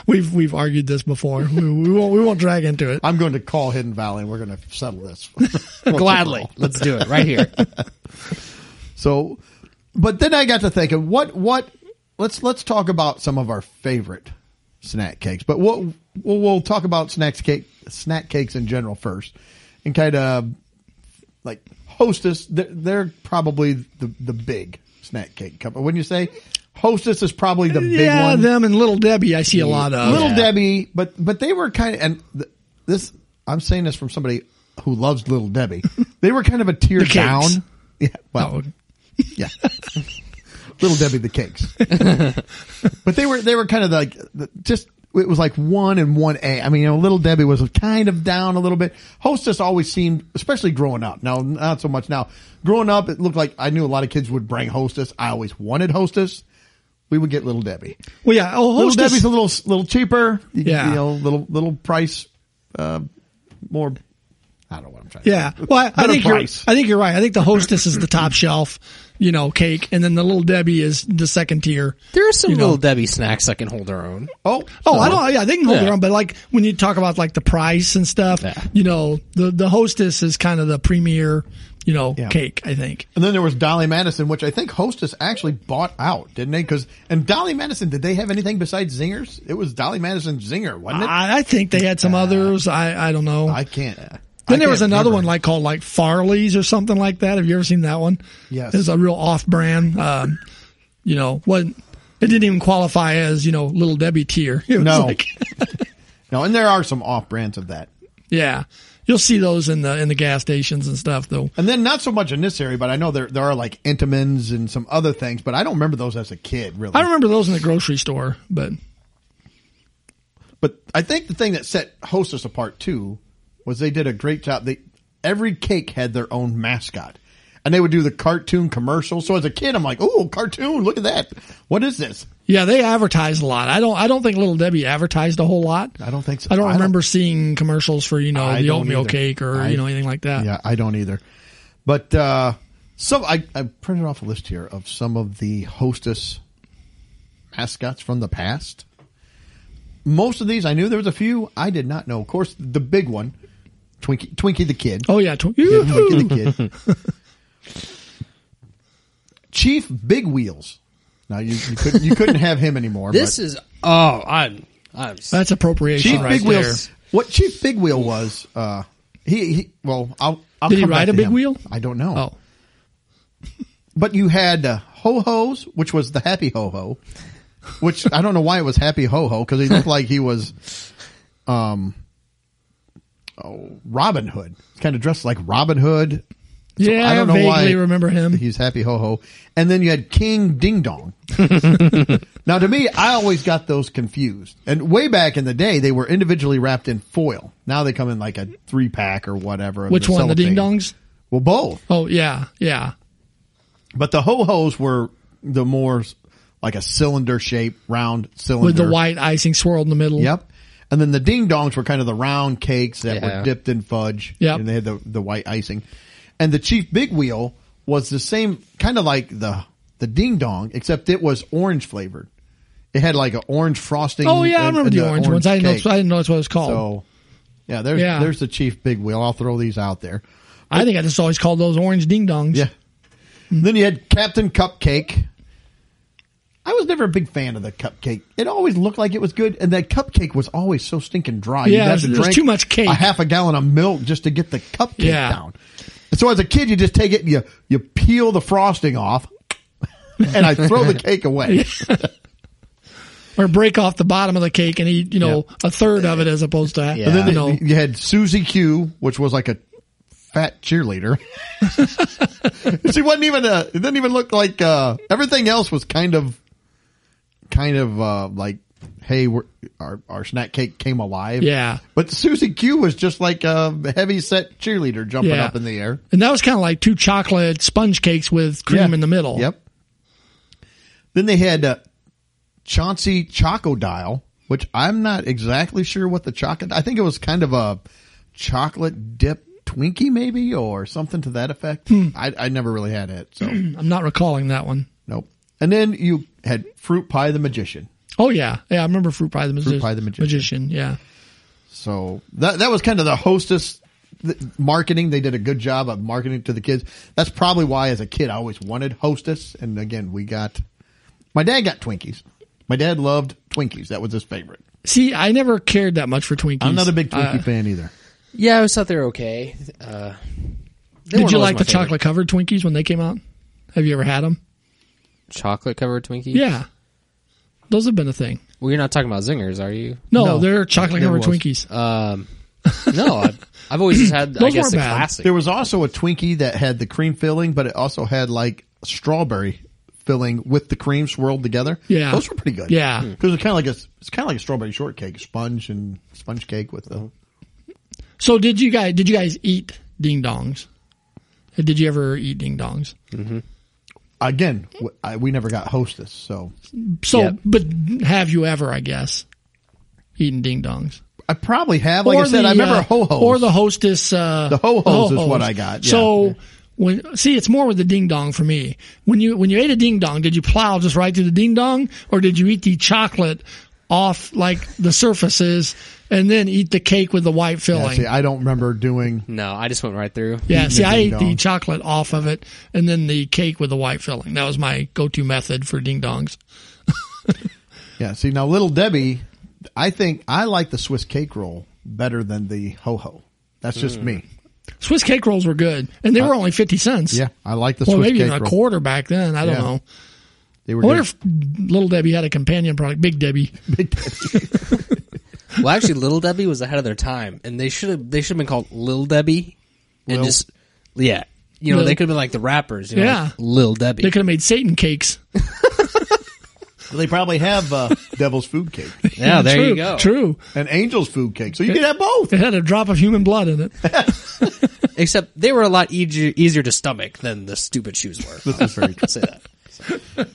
[SPEAKER 2] We've we've argued this before. We, we won't we won't drag into it.
[SPEAKER 1] I'm going to call Hidden Valley and we're going to settle this.
[SPEAKER 3] Gladly, let's do it right here.
[SPEAKER 1] So, but then I got to thinking, what, what, let's, let's talk about some of our favorite snack cakes, but what, we'll, we'll talk about snacks cake, snack cakes in general first and kind of like hostess. They're, they're probably the, the big snack cake company. Wouldn't you say hostess is probably the big
[SPEAKER 2] yeah,
[SPEAKER 1] one?
[SPEAKER 2] them and Little Debbie. I see a lot of.
[SPEAKER 1] Little
[SPEAKER 3] Yeah.
[SPEAKER 1] Debbie, but, but they were kind of, and th- this, I'm saying this from somebody who loves Little
[SPEAKER 2] *laughs*
[SPEAKER 1] Debbie. They were kind of a tier
[SPEAKER 2] cakes.
[SPEAKER 1] down. Yeah. Well,
[SPEAKER 2] Oh,
[SPEAKER 1] yeah. *laughs*
[SPEAKER 2] *laughs*
[SPEAKER 1] Little Debbie the cakes. but they were they were kind of like the- just it was like one and one A. I mean, you know, Little Debbie was kind of down a little bit. Hostess always seemed, especially growing up. Now, not so much now. Growing up, it looked like I knew a lot of kids would bring Hostess. I always wanted Hostess. We would get Little Debbie.
[SPEAKER 2] Well, yeah. Oh,
[SPEAKER 1] Little
[SPEAKER 2] hostess.
[SPEAKER 1] Debbie's a little little cheaper. You,
[SPEAKER 2] Yeah.
[SPEAKER 1] you know, little little price, uh, more. I don't know what I'm trying.
[SPEAKER 2] Yeah.
[SPEAKER 1] to
[SPEAKER 2] Well, I, I
[SPEAKER 1] Better
[SPEAKER 2] think you're, I
[SPEAKER 1] price.
[SPEAKER 2] think you're right. I think the hostess is the top shelf, you know, cake, and then the little Debbie is the second tier.
[SPEAKER 3] There are some
[SPEAKER 2] You know.
[SPEAKER 3] little Debbie snacks that can hold their own.
[SPEAKER 1] Oh,
[SPEAKER 2] Oh, I don't. Yeah, they can hold
[SPEAKER 3] Yeah.
[SPEAKER 2] their own. But like when you talk about like the price and stuff,
[SPEAKER 3] Yeah.
[SPEAKER 2] you know, the the hostess is kind of the premier, you know,
[SPEAKER 1] Yeah.
[SPEAKER 2] cake. I think.
[SPEAKER 1] And then there was Dolly Madison, which I think Hostess actually bought out, didn't they? Because and Dolly Madison, did they have anything besides zingers? It was Dolly Madison zinger, wasn't it? I,
[SPEAKER 2] I, I think they had some others. I I don't know.
[SPEAKER 1] can't.
[SPEAKER 2] then there was another one like called like Farley's or something like that. Have you ever seen that one?
[SPEAKER 1] Yes.
[SPEAKER 2] it's a real off-brand. Um, you know, wasn't it didn't even qualify as you know little Debbie tier. *laughs* It was
[SPEAKER 1] No.
[SPEAKER 2] like-
[SPEAKER 1] no, and there are some off brands of that.
[SPEAKER 2] Yeah. You'll see those in the in the gas stations and stuff though.
[SPEAKER 1] And then not so much in this area, but I know there there are like Entenmann's and some other things, but I don't remember those as a kid really.
[SPEAKER 2] I remember those in the grocery store, but
[SPEAKER 1] But I think the thing that set Hostess apart too was they did a great job. They every cake had their own mascot, and they would do the cartoon commercial. So as a kid, I'm like, "Oh, cartoon! Look at that! What is this?"
[SPEAKER 2] yeah, they advertised a lot. I don't I don't think Little Debbie advertised a whole lot.
[SPEAKER 1] I don't think so.
[SPEAKER 2] I don't
[SPEAKER 1] I don't-
[SPEAKER 2] remember seeing commercials for, you know,
[SPEAKER 1] I
[SPEAKER 2] the
[SPEAKER 1] don't
[SPEAKER 2] oatmeal
[SPEAKER 1] either.
[SPEAKER 2] cake or,
[SPEAKER 1] I-
[SPEAKER 2] you know, anything like
[SPEAKER 1] *laughs*
[SPEAKER 2] that.
[SPEAKER 1] Yeah, I don't either. But uh, some I, I printed off a list here of some of the Hostess mascots from the past. Most of these I knew. There was a few I did not know. Of course, the big one, Twinkie, Twinkie the Kid.
[SPEAKER 2] Oh yeah, tw-
[SPEAKER 1] Yeah, Twinkie the Kid. *laughs* Chief Big Wheels. Now you, you couldn't you couldn't have him anymore.
[SPEAKER 3] This
[SPEAKER 1] but
[SPEAKER 3] is oh, I'm I'm
[SPEAKER 2] that's appropriation
[SPEAKER 1] Chief
[SPEAKER 2] right
[SPEAKER 1] Big
[SPEAKER 2] there.
[SPEAKER 1] Wheel. What Chief Big Wheel was? Uh, he, he well, I'll, I'll
[SPEAKER 2] Did he
[SPEAKER 1] come back
[SPEAKER 2] ride a
[SPEAKER 1] to
[SPEAKER 2] big
[SPEAKER 1] him.
[SPEAKER 2] wheel?
[SPEAKER 1] I don't know.
[SPEAKER 2] Oh.
[SPEAKER 1] but you had uh, ho hos, which was the happy ho ho, which I don't know why it was happy ho ho because he looked like he was, um, oh Robin Hood, kind of dressed like Robin Hood. So
[SPEAKER 2] Yeah, I, vaguely remember him.
[SPEAKER 1] He's happy ho ho, and then you had King Ding Dong. *laughs* now, to me, I always got those confused. And way back in the day, they were individually wrapped in foil. Now they come in like a three pack or whatever.
[SPEAKER 2] Which one? The Ding
[SPEAKER 1] cellophane.
[SPEAKER 2] Dongs?
[SPEAKER 1] Well, both.
[SPEAKER 2] Oh yeah, yeah.
[SPEAKER 1] But the ho hos were the more s- like a cylinder shape, round cylinder.
[SPEAKER 2] With the white icing swirled in the middle.
[SPEAKER 1] Yep. And then the ding dongs were kind of the round cakes that
[SPEAKER 3] Yeah.
[SPEAKER 1] were dipped in fudge.
[SPEAKER 2] Yep.
[SPEAKER 1] And they had the, the white icing. And the chief big wheel was the same, kind of like the, the ding dong, except it was orange flavored. It had like an orange frosting.
[SPEAKER 2] Oh yeah, I
[SPEAKER 1] and-
[SPEAKER 2] remember
[SPEAKER 1] and
[SPEAKER 2] the, orange ones. I didn't
[SPEAKER 1] cake.
[SPEAKER 2] know I didn't know that's what it was called.
[SPEAKER 1] So, yeah, there's,
[SPEAKER 2] Yeah.
[SPEAKER 1] there's the chief big wheel. I'll throw these out there.
[SPEAKER 2] I think I just always called those orange ding dongs.
[SPEAKER 1] Yeah.
[SPEAKER 2] Hmm.
[SPEAKER 1] Then you had Captain Cupcake. I was never a big fan of the cupcake. It always looked like it was good, and that cupcake was always so stinking dry.
[SPEAKER 2] Yeah,
[SPEAKER 1] have
[SPEAKER 2] it was- it was too much cake.
[SPEAKER 1] A half a gallon of milk just to get the cupcake
[SPEAKER 2] Yeah.
[SPEAKER 1] down. And so as a kid, you just take it, and you you peel the frosting off, *laughs* and I throw
[SPEAKER 2] *laughs*
[SPEAKER 1] the cake away.
[SPEAKER 2] or break off the bottom of the cake and eat, you know, a third of it as opposed to,
[SPEAKER 3] Yeah.
[SPEAKER 2] you
[SPEAKER 1] And then
[SPEAKER 2] know,
[SPEAKER 1] you had Susie Q, which was like a fat cheerleader. *laughs* she wasn't even a. It didn't even look like uh, everything else was kind of, kind of uh, like, hey, we're, our our snack cake came alive.
[SPEAKER 2] Yeah.
[SPEAKER 1] but Susie Q was just like a heavy set cheerleader jumping
[SPEAKER 2] Yeah.
[SPEAKER 1] up in the air.
[SPEAKER 2] and that was kind of like two chocolate sponge cakes with cream in the middle.
[SPEAKER 1] Yep. Then they had uh, Chauncey Chocodile, which I'm not exactly sure what the chocolate. I think it was kind of a chocolate dip Twinkie, maybe, or something to that effect.
[SPEAKER 2] Hmm.
[SPEAKER 1] I, I never really had it, so *clears throat*
[SPEAKER 2] I'm not recalling that one.
[SPEAKER 1] nope. And then you had Fruit Pie the Magician.
[SPEAKER 2] Oh yeah. Yeah. I remember fruit pie, the magician.
[SPEAKER 1] Pie the Magician.
[SPEAKER 2] Yeah.
[SPEAKER 1] So that that was kind of the hostess th- marketing. They did a good job of marketing to the kids. That's probably why, as a kid, I always wanted hostess. And again, we got my dad got Twinkies. My dad loved Twinkies. That was his favorite.
[SPEAKER 2] See, I never cared that much for Twinkies.
[SPEAKER 1] I'm not a big Twinkie
[SPEAKER 2] Uh,
[SPEAKER 1] fan either.
[SPEAKER 3] yeah, I always thought they were okay. Uh, they
[SPEAKER 2] Did
[SPEAKER 3] weren't
[SPEAKER 2] you
[SPEAKER 3] always
[SPEAKER 2] like
[SPEAKER 3] my
[SPEAKER 2] the
[SPEAKER 3] favorite.
[SPEAKER 2] chocolate covered Twinkies when they came out? Have you ever had them?
[SPEAKER 3] chocolate covered Twinkies?
[SPEAKER 2] Yeah. Those have been a thing.
[SPEAKER 3] Well, you're not talking about zingers, are you?
[SPEAKER 2] No,
[SPEAKER 1] No.
[SPEAKER 2] they're chocolate
[SPEAKER 1] Never
[SPEAKER 2] covered
[SPEAKER 1] was.
[SPEAKER 2] Twinkies. *laughs*
[SPEAKER 3] Um, no, I've, I've always just had I
[SPEAKER 2] Those
[SPEAKER 3] guess
[SPEAKER 2] weren't
[SPEAKER 3] the
[SPEAKER 2] bad.
[SPEAKER 3] classic.
[SPEAKER 1] There was also a Twinkie that had the cream filling, but it also had like strawberry filling with the cream swirled together.
[SPEAKER 2] Yeah.
[SPEAKER 1] those were pretty good.
[SPEAKER 2] Yeah. Hmm.
[SPEAKER 1] because it's kind of like a it's kind of like a strawberry shortcake, sponge and sponge cake with
[SPEAKER 2] Uh-huh.
[SPEAKER 1] the.
[SPEAKER 2] So did you guys? Did you guys eat ding dongs? Did you ever eat ding dongs?
[SPEAKER 1] Again, w I we never got hostess, so
[SPEAKER 2] So,
[SPEAKER 3] Yep.
[SPEAKER 2] but have you ever? I guess eaten ding dongs.
[SPEAKER 1] I probably have. Like I said, I remember ho ho
[SPEAKER 2] uh, or the hostess. Uh,
[SPEAKER 1] The Ho-Hos is
[SPEAKER 2] Ho-Hos.
[SPEAKER 1] what I got, yeah.
[SPEAKER 2] So when see, it's more with the ding dong for me. When you when you ate a ding dong, did you plow just right through the ding dong, or did you eat the chocolate off like the surfaces and then eat the cake with the white
[SPEAKER 1] Yeah,
[SPEAKER 2] filling?
[SPEAKER 1] see, I don't remember doing.
[SPEAKER 3] No, I just went right through.
[SPEAKER 2] Yeah, see,
[SPEAKER 1] the
[SPEAKER 2] I ate
[SPEAKER 1] ding
[SPEAKER 2] the
[SPEAKER 1] dong.
[SPEAKER 2] chocolate off of it and then the cake with the white filling. That was my go-to method for ding dongs.
[SPEAKER 1] Yeah, see now, little Debbie, I think I like the Swiss cake roll better than the ho ho. That's just me.
[SPEAKER 2] Swiss cake rolls were good, and they were only fifty cents.
[SPEAKER 1] Yeah, I like the
[SPEAKER 2] well,
[SPEAKER 1] Swiss
[SPEAKER 2] maybe
[SPEAKER 1] cake
[SPEAKER 2] even a
[SPEAKER 1] roll.
[SPEAKER 2] quarter back then. I don't
[SPEAKER 1] Yeah.
[SPEAKER 2] know.
[SPEAKER 1] They were
[SPEAKER 2] I wonder
[SPEAKER 1] good.
[SPEAKER 2] if Little Debbie had a companion product, Big Debbie.
[SPEAKER 3] Well, actually, Little Debbie was ahead of their time, and they should have they should have been called Lil Debbie, and
[SPEAKER 1] Lil.
[SPEAKER 3] just yeah, you know,
[SPEAKER 2] Lil.
[SPEAKER 3] they could have been like the rappers, you know,
[SPEAKER 2] Yeah.
[SPEAKER 3] like Lil Debbie.
[SPEAKER 2] They could have made Satan cakes.
[SPEAKER 1] They probably have uh, *laughs* devil's food cake
[SPEAKER 3] yeah, there
[SPEAKER 2] true,
[SPEAKER 3] you go.
[SPEAKER 2] True.
[SPEAKER 1] and angel's food cake, so you could have both.
[SPEAKER 2] It had a drop of human blood in it. *laughs*
[SPEAKER 3] Except they were a lot easier, easier to stomach than the stupid shoes were.
[SPEAKER 2] *laughs*
[SPEAKER 1] This is very
[SPEAKER 3] I'll say that.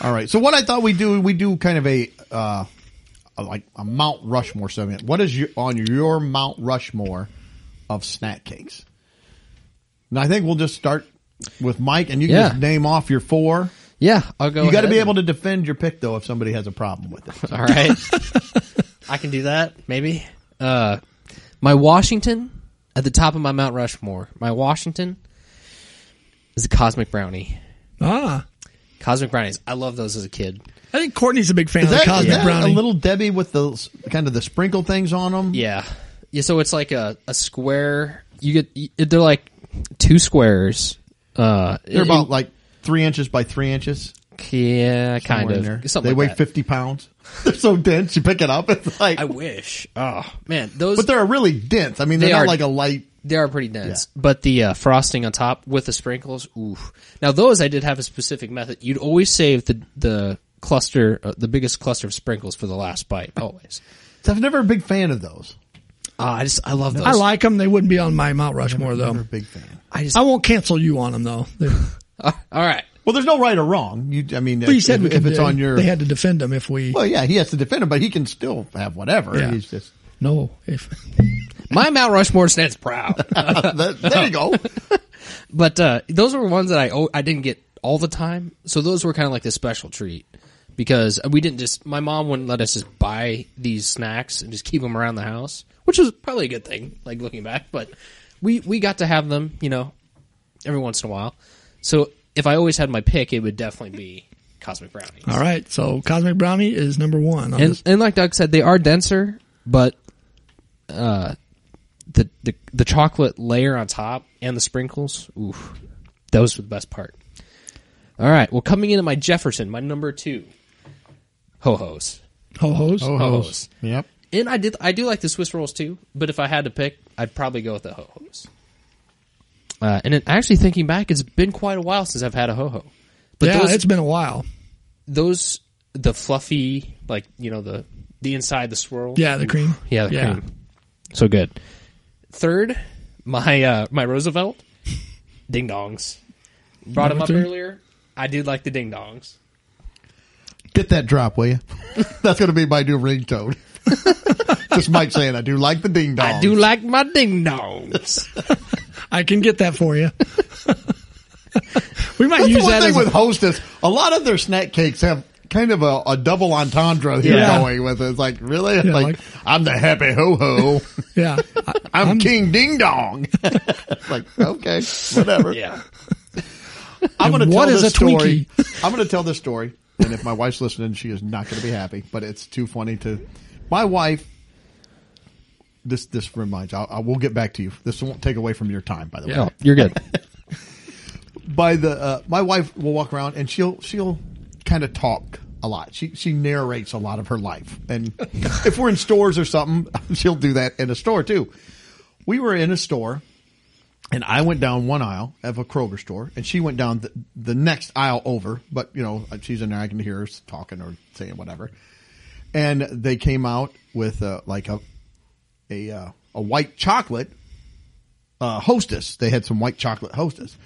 [SPEAKER 1] All right. So what I thought we do, we do kind of a, uh, a- like a Mount Rushmore segment. What is your, on your Mount Rushmore of snack cakes? And I think we'll just start with Mike, and you can
[SPEAKER 3] Yeah.
[SPEAKER 1] just name off your four.
[SPEAKER 3] Yeah, I'll go.
[SPEAKER 1] you got to be
[SPEAKER 3] ahead.
[SPEAKER 1] able to defend your pick though if somebody has a problem with it.
[SPEAKER 3] *laughs* All right, I can do that. Maybe. Uh, my Washington at the top of my Mount Rushmore. My Washington is a cosmic brownie.
[SPEAKER 2] Ah.
[SPEAKER 3] Cosmic brownies. I love those as a kid.
[SPEAKER 2] I think Courtney's a big fan
[SPEAKER 1] Is
[SPEAKER 2] of
[SPEAKER 1] that,
[SPEAKER 2] the
[SPEAKER 1] is
[SPEAKER 2] Cosmic
[SPEAKER 1] that
[SPEAKER 2] Brownie.
[SPEAKER 1] a little Debbie with the s- kind of the sprinkle things on them?
[SPEAKER 3] Yeah. Yeah. So it's like a, a square. You get they're like two squares. Uh,
[SPEAKER 1] They're about like three inches by three inches.
[SPEAKER 3] yeah, kind
[SPEAKER 1] somewhere
[SPEAKER 3] of.
[SPEAKER 1] in there.
[SPEAKER 3] Something
[SPEAKER 1] they
[SPEAKER 3] like
[SPEAKER 1] weigh
[SPEAKER 3] that.
[SPEAKER 1] fifty pounds. *laughs* They're so dense. You pick it up. It's like
[SPEAKER 3] I wish. Oh man, those
[SPEAKER 1] But they're really dense. I mean, they're
[SPEAKER 3] They
[SPEAKER 1] not
[SPEAKER 3] are-
[SPEAKER 1] like a light.
[SPEAKER 3] they are pretty dense. But the uh, frosting on top with the sprinkles. Oof. Now those I did have a specific method. You'd always save the the cluster, uh, the biggest cluster of sprinkles for the last bite. Always.
[SPEAKER 1] I was never a big fan of those.
[SPEAKER 3] Ah, I just I love those.
[SPEAKER 2] I like them. They wouldn't be on my Mount Rushmore,
[SPEAKER 1] Never a
[SPEAKER 2] though.
[SPEAKER 1] big fan.
[SPEAKER 3] I just.
[SPEAKER 2] I won't cancel you on them, though.
[SPEAKER 1] *laughs*
[SPEAKER 2] They-
[SPEAKER 3] all right.
[SPEAKER 1] Well, there's no right or wrong. You, I mean,
[SPEAKER 2] But you
[SPEAKER 1] if,
[SPEAKER 2] said
[SPEAKER 1] if-
[SPEAKER 2] we
[SPEAKER 1] if
[SPEAKER 2] could-
[SPEAKER 1] it's on your,
[SPEAKER 2] They had to defend them if we.
[SPEAKER 1] well, yeah, he has to defend him, but he can still have whatever.
[SPEAKER 2] Yeah.
[SPEAKER 1] He's just *laughs*
[SPEAKER 2] No. if
[SPEAKER 3] My Mount Rushmore stands proud. *laughs*
[SPEAKER 1] That- there.
[SPEAKER 2] *laughs*
[SPEAKER 1] You go.
[SPEAKER 3] But uh, those were ones that I o- I didn't get all the time, so those were kind of like the special treat because we didn't just. My mom wouldn't let us just buy these snacks and just keep them around the house, which was probably a good thing, like looking back. But we we got to have them, you know, every once in a while. So if I always had my pick, it would definitely be cosmic brownies.
[SPEAKER 2] All right. So Cosmic Brownie is number one. On
[SPEAKER 3] And
[SPEAKER 2] this.
[SPEAKER 3] and like Doug said, they are denser, but uh, the the the chocolate layer on top and the sprinkles, oof, that was the best part. All right, well, coming into my Jefferson, my number two, ho hos,
[SPEAKER 2] Ho hos.
[SPEAKER 3] ho
[SPEAKER 1] Oh,
[SPEAKER 3] hos,
[SPEAKER 1] yep.
[SPEAKER 3] and I did I do like the Swiss rolls too, but if I had to pick, I'd probably go with the ho hos. Uh, and it, actually, thinking back, it's been quite a while since I've had a ho ho. But
[SPEAKER 2] yeah,
[SPEAKER 3] those,
[SPEAKER 2] it's been a while.
[SPEAKER 3] those the fluffy, like you know the the inside the swirl.
[SPEAKER 2] Yeah, the cream.
[SPEAKER 3] Yeah, the cream. So good. Third, my uh, my Roosevelt *laughs* ding dongs. Brought him
[SPEAKER 2] Number
[SPEAKER 3] up
[SPEAKER 2] three?
[SPEAKER 3] earlier. I did like the ding dongs.
[SPEAKER 1] Get that drop, will you? *laughs* That's going to be my new ringtone. *laughs* just Mike saying, "I do like the ding dong."
[SPEAKER 3] I do like my ding dongs.
[SPEAKER 2] I can get that for you. we might
[SPEAKER 1] That's the
[SPEAKER 2] use
[SPEAKER 1] one
[SPEAKER 2] that
[SPEAKER 1] thing
[SPEAKER 2] as
[SPEAKER 1] with
[SPEAKER 2] a,
[SPEAKER 1] Hostess. A lot of their snack cakes have kind of a, a double entendre here
[SPEAKER 2] Yeah.
[SPEAKER 1] going with it. It's like, really? like,
[SPEAKER 2] like-
[SPEAKER 1] I'm the happy ho *laughs* ho.
[SPEAKER 2] yeah. I-
[SPEAKER 1] I'm, King Ding Dong. *laughs* It's like, okay, whatever.
[SPEAKER 3] *laughs* yeah.
[SPEAKER 1] I'm going to
[SPEAKER 2] And
[SPEAKER 1] tell
[SPEAKER 2] what
[SPEAKER 1] this
[SPEAKER 2] is a *laughs*
[SPEAKER 1] story. I'm going to tell this story, and if my wife's listening, she is not going to be happy. But it's too funny to. My wife. This this reminds. I'll, I will get back to you. This won't take away from your time, by the way.
[SPEAKER 3] you're good.
[SPEAKER 1] By the uh, my wife will walk around and she'll she'll kind of talk a lot. She she narrates a lot of her life, and *laughs* if *laughs* we're in stores or something, she'll do that in a store too. We were in a store and I went down one aisle of a Kroger store, and she went down the, the next aisle over. But you know, she's in there; I can hear her talking or saying whatever. And they came out with uh, like a a uh, a white chocolate uh, hostess. They had some white chocolate hostess.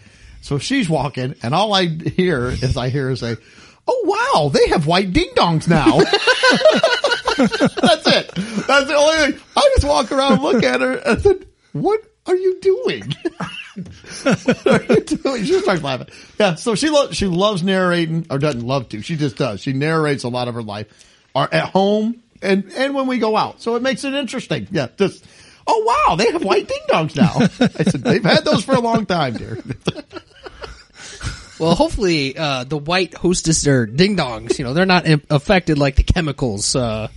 [SPEAKER 1] So she's walking, and all I hear is I hear her say, "Oh wow, they have white ding dongs now." *laughs* That's it. That's the only thing. I just walk around and look at her and I said, What are you doing? *laughs* what are you doing? She starts laughing. Yeah, so she lo- she loves narrating, or doesn't love to. She just does. She narrates a lot of her life are at home and, and when we go out. So it makes it interesting. Yeah, just, oh wow, they have white ding dongs now. I said, They've had those for a long time,
[SPEAKER 2] *laughs*
[SPEAKER 1] dear.
[SPEAKER 3] *laughs* Well, hopefully uh, the white hostess or ding dongs, you know, they're not im- affected like the chemicals uh,